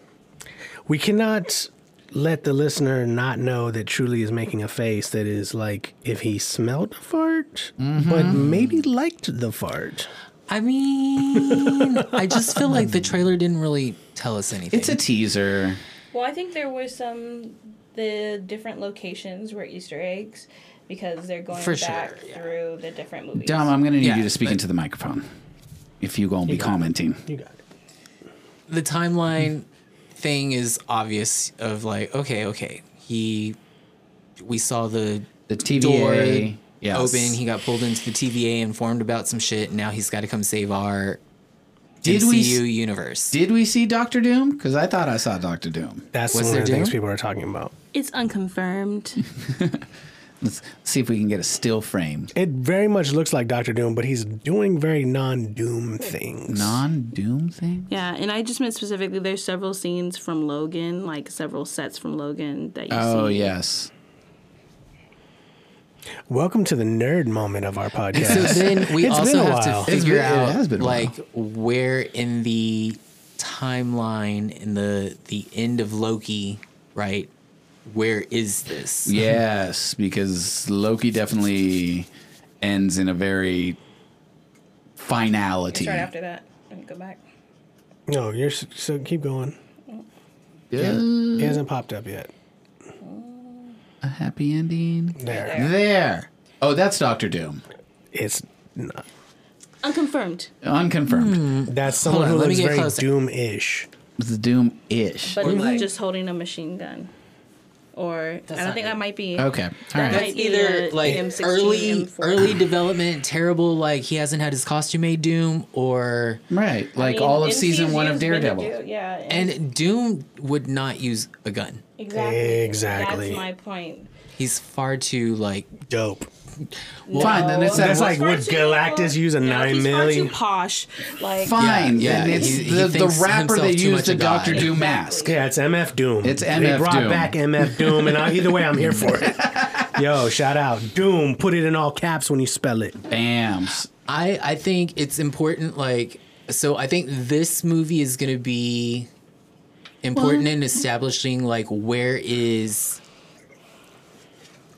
we cannot let the listener not know that Truly is making a face that is like if he smelled a fart, but maybe liked the fart.
I mean, I just feel like the trailer didn't really tell us anything.
It's a teaser.
Well, I think there was some the different locations were Easter eggs because they're going
For
back
sure, yeah.
through the different movies.
Dom, I'm going to need
Yeah,
you to speak
but-
into the microphone if you're going to be
got it.
commenting.
You got it.
the timeline thing is obvious. Of like, okay, okay, he, we saw the
The TVA.
door
yes.
open. He got pulled into the TVA, informed about some shit. And now he's got to come save our
Did
MCU
we s-
universe.
Did we see Doctor Doom? Because I thought I saw Doctor Doom.
That's
What's
one
their
of the things
deal?
people are talking about.
It's unconfirmed.
Let's see if we can get a still frame.
It very much looks like Doctor Doom, but he's doing very non-Doom things.
Non Doom thing?
Yeah, and I just meant specifically there's several scenes from Logan, like several sets from Logan that you
Oh,
see.
yes.
Welcome to the nerd moment of our
So
podcast.
then we
It's
also
been a
have
while.
to
It's
figure
been- it
out
has been a while.
like where in the timeline in the the end of Loki, right? Where is this?
Yes, because Loki definitely ends in a very finality.
Start after that and go back.
No, you're s- so keep going.
Yeah.
It hasn't popped up yet.
A happy ending.
There,
There. Oh, that's Doctor Doom.
it's not.
Unconfirmed.
Unconfirmed.
That's someone
on,
who
let me
looks
get
very
closer.
doom-ish.
It's Doom ish.
But
like-
just holding a machine gun. Or I
not
don't think
it.
I might be.
Okay. All
That
right.
might be
either
the
like
M16,
early
M4.
early development terrible like he hasn't had his costume made doom or
Right.
I
Like
mean,
all of
MCU
season one of
is gonna
Daredevil.
do- yeah.
and doom would not use a gun
exactly.
Exactly.
That's my point.
he's far too like
Dope.
Fine, then it's
That's
that
like, would Galactus use a nine
he's
million?
Far too posh. Like
fine.
Yeah,
then
yeah,
it's
he- he
the, the
thinks
rapper
himself
that
too
used
much
the
a guy.
Doctor Doom mask.
Yeah, it's MF Doom.
It's
They
MF
brought
Doom.
back MF Doom, and I, either way, I'm here for it. Yo, shout out Doom. Put it in all caps when you spell it.
Bam.
i i think it's important like so i think this movie is going to be important in establishing like where is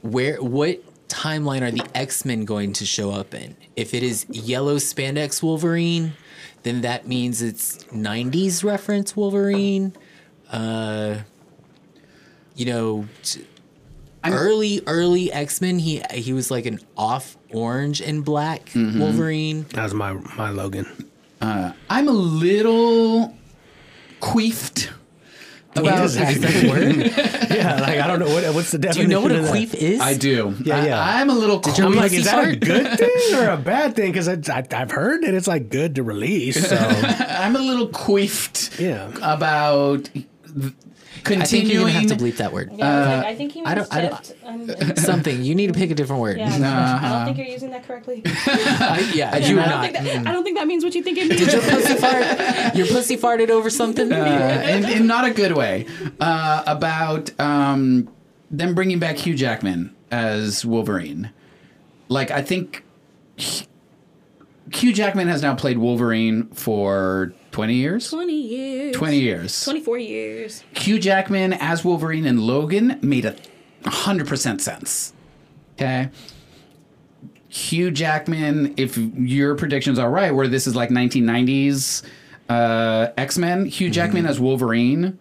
where what timeline are the x-men going to show up in if it is yellow spandex wolverine then that means it's 90s reference wolverine uh you know t- early early x-men he he was like an off orange and black wolverine
That was my my Logan.
I'm a little queefed about
is that?
Does that work?
Yeah, like I don't know what, what's the
do
definition.
you know what a
of that?
queef is
I do.
Yeah,
I-
yeah.
I'm a little
I'm
queefed.
like, is that a
fart?
good thing or a bad thing? Because I, I, I've heard that it's like good to release. So
I'm a little queefed
Yeah.
about th-
I think you're
continuing.
gonna have to bleep that word.
Yeah, I was
Uh,
like, I think he
I
might
don't- I don't-
shift. Um, yeah,
Something. You need to pick a different word. Yeah,
I don't think you're using that correctly.
yeah
I
you're
don't
not.
think that, I don't think that means what you think it means.
Did your pussy fart? Your pussy farted over something?
uh, in, in not a good way, uh, about um, them bringing back Hugh Jackman as Wolverine. Like, I think H- Hugh Jackman has now played Wolverine for 20 years?
20 years.
20 years.
24 years.
Hugh Jackman as Wolverine and Logan made a 100% sense. Okay. Hugh Jackman, if your predictions are right, where this is like 1990s uh, X Men, Hugh Jackman as Wolverine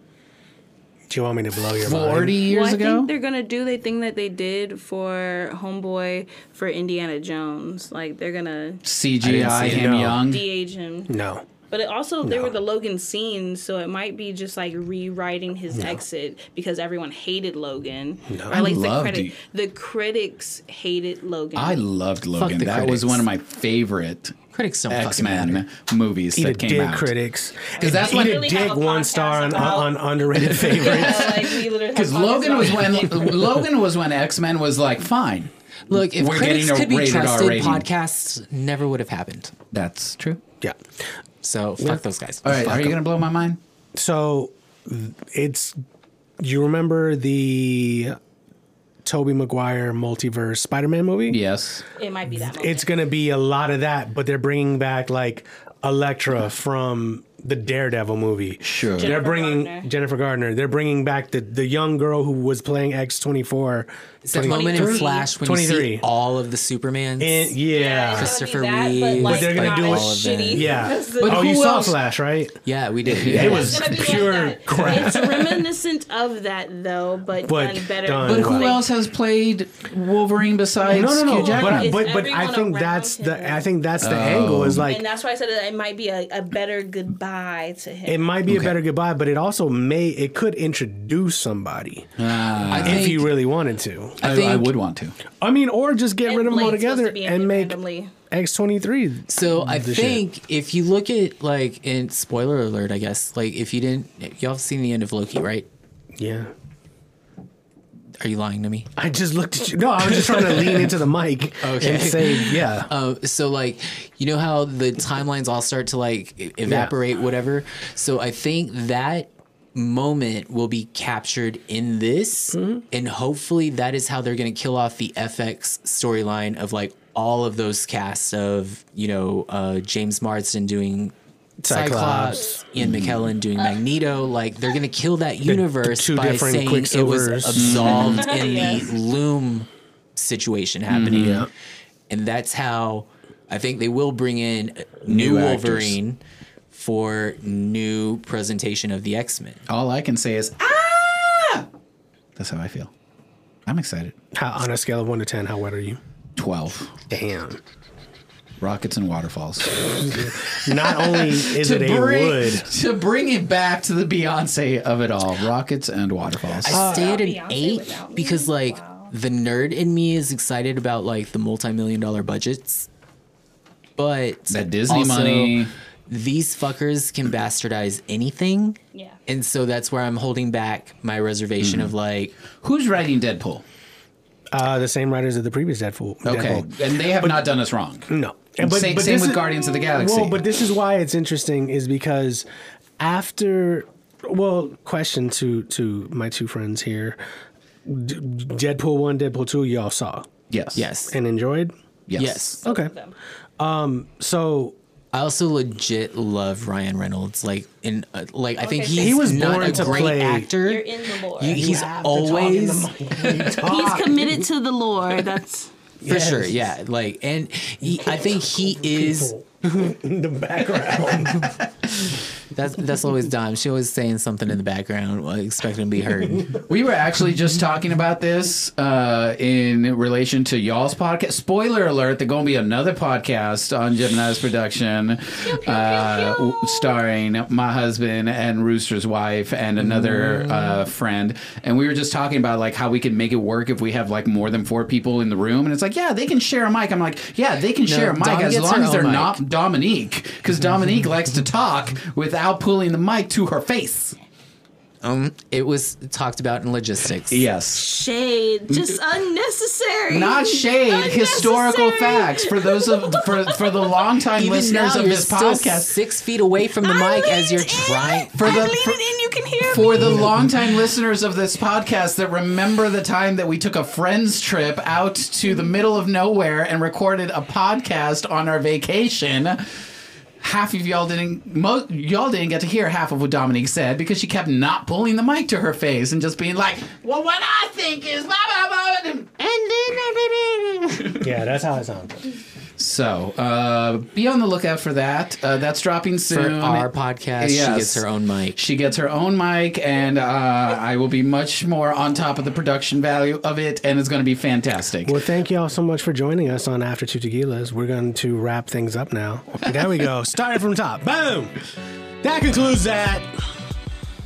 do you want me to blow your
40
mind?
years
well, I
ago.
think they're gonna do the thing that they did for Homeboy for Indiana Jones. Like they're gonna
CGI
I didn't see it,
him
no.
young.
de-age him.
No.
But it also there were the Logan scenes, so it might be just like rewriting his exit because everyone hated Logan. No.
I loved
the
it.
The critics hated Logan.
I loved Logan.
the
That was
critics.
one of my favorite
Critics don't
X
fucking matter.
Men movies
Eat a
that came
dick,
out.
critics.
Because that's
Eat
when
a
Eat a
Literally
dick,
have a
one
podcast
star on,
about-
on underrated favorites.
Because
Because
Logan was when Logan was when X Men was like fine.
Look, if
We're
critics
getting a
could be
rated R
trusted,
rating.
podcasts never would have happened.
That's true.
yeah.
So fuck those guys.
All right,
Fuck
are you
'em.
gonna blow my mind?
So th- it's. You remember the Toby Maguire multiverse Spider Man movie?
Yes.
it might be that.
it's going to be a lot of that, but they're bringing back like Elektra from the Daredevil movie.
Sure.
they're
Jennifer
bringing
Garner.
Jennifer Gardner. They're bringing back the, the young girl who was playing X twenty four.
It's that moment in
23.
Flash when you
23.
see all of the Supermans.
Yeah,
Christopher
but,
Reeve.
like,
But they're gonna
not
do it-
as shitty.
yeah.
as the-
oh, you
who
saw
else-
Flash, right?
yeah, we did.
Yeah.
It
It's
was
gonna be like
pure
that.
crap.
It's reminiscent of that though, but,
But
done better.
done
But
But
who
like-
else has played Wolverine besides
No, no, no.
Hugh
But,
Jackman? Oh.
I-
It's
but, but I
everyone
think
around
that's the
him.
I think that's the angle is like
And that's why I said that it might be a, a better goodbye to him.
it might be
Okay.
a better goodbye, but it also may it could introduce somebody
I
if
think-
you really wanted to.
I,
I think-
I would want to.
I mean, or just get
And
rid of them
Lane's
altogether
supposed to be in
and
it
make
randomly.
X twenty three.
So I
the shit.
think if you look at like in spoiler alert, I guess like if you didn't, y'all have seen the end of Loki, right?
Yeah.
Are you lying to me?
I just looked at you. No, I was just trying to lean into the mic
Okay.
and say, yeah.
Uh, so like you know how the timelines all start to like e- evaporate whatever so i think that moment will be captured in this
Mm-hmm.
and hopefully that is how they're going to kill off the fx storyline of like all of those casts of you know uh, james marsden doing
Cyclops. Mm-hmm.
Cyclops, Ian McKellen doing Magneto. Like they're gonna kill that universe
two
by
different
saying it was
Quicksilvers.
absolved in
Yes.
the Loom situation happening,
Yeah.
and that's how I think they will bring in a new,
New actors.
Wolverine for new presentation of the X Men.
All I can say is, ah! That's how I feel. I'm excited.
How, on a scale of one to ten, how wet are you?
12.
Damn.
Rockets and waterfalls.
Not only is it a wood,
to bring it back to the Beyonce of it all, rockets and waterfalls.
I stay at an
Beyonce
eight
without me?
because like the nerd in me is excited about like the multi-million dollar budgets, but
That Disney money.
These fuckers can bastardize anything,
Yeah.
and so that's where I'm holding back my reservation of like
Who's writing Deadpool?
uh, the same writers of the previous Deadpool.
Okay,
Deadpool. Mm.
and they have not done us wrong.
No.
And same- same
this
with Guardians of the Galaxy.
Well, but this is why it's interesting is because after well, question to to my two friends here. D- Deadpool 1, Deadpool 2 y'all saw
Yes.
yes,
and enjoyed?
Yes.
yes.
Okay. Um,
Them.
So
I also legit love Ryan Reynolds. Like in uh, like I think
Okay,
he's
so- He
was
not
born
a
to
great
play.
actor.
You're in the lore.
You- he's
have to talk in the
always
He's committed to the lore. That's
for sure. Yeah, like and he, I think he is.
in the background.
That's that's always Dom. She always saying something in the background, like, expecting to be heard.
We were actually just talking about this uh, in relation to y'all's podcast. Spoiler alert: There's going to be another podcast on Gemini's production, uh, w- starring my husband and Rooster's wife and another uh, friend. And we were just talking about like how we can make it work if we have like more than four people in the room. And it's like, yeah, they can share a mic. I'm like, yeah, they can share a mic
Dom
as
gets
long
her
as they're
own mic.
not Dominique, because Dominique likes to talk without pulling the mic to her face.
um, it was talked about in logistics.
Yes.
shade. Just unnecessary.
not shade historical
Unnecessary.
facts for those of for, for the longtime
Even
listeners
now,
of
you're
this
still
podcast
six feet away from the
I
mic as you're
leaned in.
trying.
for
I
the
leaned
for,
in. You can hear
for
me.
the longtime listeners of this podcast that remember the time that we took a friends trip out to the middle of nowhere and recorded a podcast on our vacation half of y'all didn't mo- y'all didn't get to hear half of what Dominique said because she kept not pulling the mic to her face and just being like well what I think is blah blah blah and then
uh,
yeah, that's how it sounds.
So uh, be on the lookout for that. Uh, that's dropping
For
soon.
our podcast, she
Yes.
gets her own mic.
She gets her own mic, and uh, I will be much more on top of the production value of it, and it's going to be fantastic.
Well, thank you all so much for joining us on After Two Tequilas. We're going to wrap things up now. There we go. Started from top. Boom. That concludes that.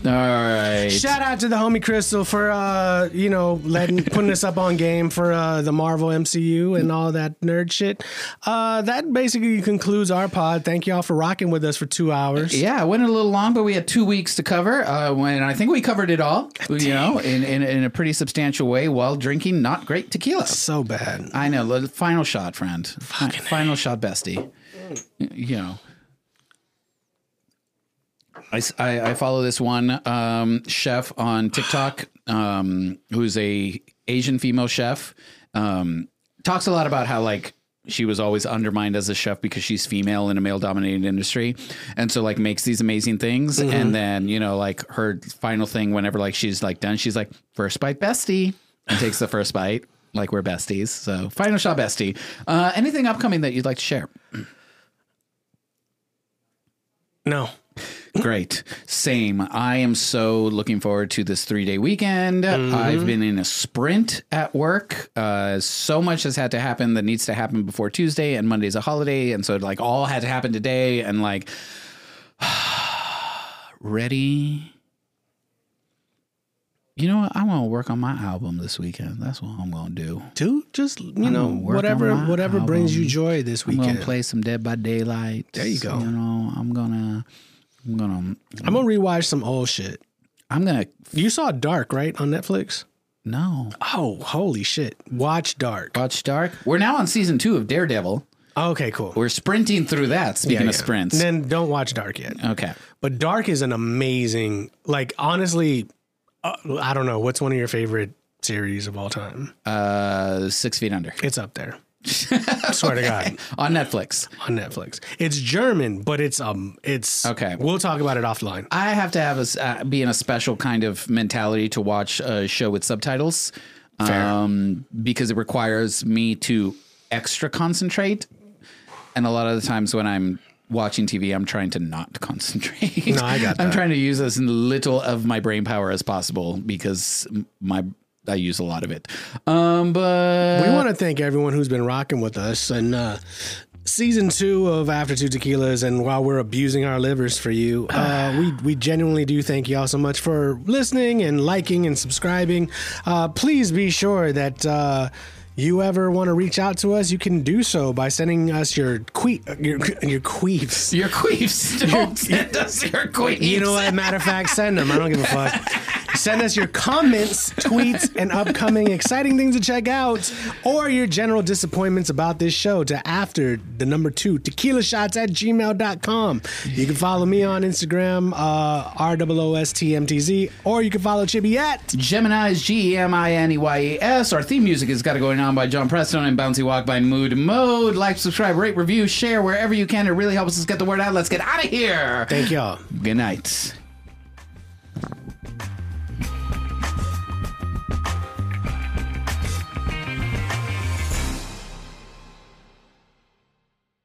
All right.
Shout out to the homie Crystal for uh, you know, letting putting us up on game for uh the Marvel MCU and all that nerd shit. Uh that basically concludes our pod. Thank y'all for rocking with us for two hours.
yeah, it went a little long, but we had two weeks to cover. Uh, when I think we covered it all, you know, in, in, in a pretty substantial way while drinking not great tequila.
So bad.
I know. li- Final shot, friend. Fi- Final shot, bestie.
Mm.
Y- You know. I, s- I- I follow this one um, chef on TikTok um, who's a Asian female chef. Um, talks a lot about how like she was always undermined as a chef because she's female in a male dominated industry and so like makes these amazing things and then you know like her final thing whenever like she's like done she's like first bite bestie and takes the first bite like we're besties so final shot bestie uh, anything upcoming that you'd like to share
No.
Great. Same. I am so looking forward to this three day weekend. I've
Mm-hmm.
been in a sprint at work. Uh, so much has had to happen that needs to happen before Tuesday, and Monday's a holiday. And so, it, like, all had to happen today. And, like, ready. You know what? I want to work on my album this weekend. That's what I'm going to do.
Dude, just you know,
gonna work
whatever
on my
whatever brings you
album.
joy this
I'm going
weekend.
to play some Dead by Daylight. There
you go.
You know, I'm going to. I'm gonna,
I'm gonna rewatch some old shit.
I'm gonna,
You saw Dark, right, on Netflix?
no.
Oh, holy shit. Watch Dark.
Watch Dark. We're now on season two of Daredevil.
Okay, cool.
We're sprinting through that. Speaking
Yeah,
of
yeah.
sprints,
Then don't watch Dark yet.
okay.
But Dark is an amazing, like, honestly, uh, I don't know. What's one of your favorite series of all time?
Uh, six feet under.
It's up there. Swear to God,
on Netflix.
on Netflix. It's German, but it's um, it's
Okay.
We'll talk about it offline.
I have to have a s- uh, be in a special kind of mentality to watch a show with subtitles, um, because it requires me to extra concentrate, and a lot of the times when I'm watching TV, I'm trying to not concentrate.
No, I got
I'm
that.
trying to use as little of my brain power as possible because m- my I use a lot of it. Um, but
we want to thank everyone who's been rocking with us and uh season two of after two tequilas and while we're abusing our livers for you uh we we genuinely do thank y'all so much for listening and liking and subscribing uh please be sure that uh you ever want to reach out to us? You can do so by sending us your que- your your queefs.
your queefs. Don't send us your queefs.
You know what? Matter of fact, send them. I don't give a fuck. Send us your comments, tweets, and upcoming exciting things to check out, or your general disappointments about this show to after the number two tequila shots at gmail.com. You can follow me on Instagram, uh, ROOSTMTZ, or you can follow Chibi at.
Gemini's G E M I N E Y E S. Our theme music is Gotta Going On by John Preston and Bouncy Walk by Mood Mode. Like, subscribe, rate, review, share wherever you can. It really helps us get the word out. Let's get out of here.
Thank y'all.
Good night.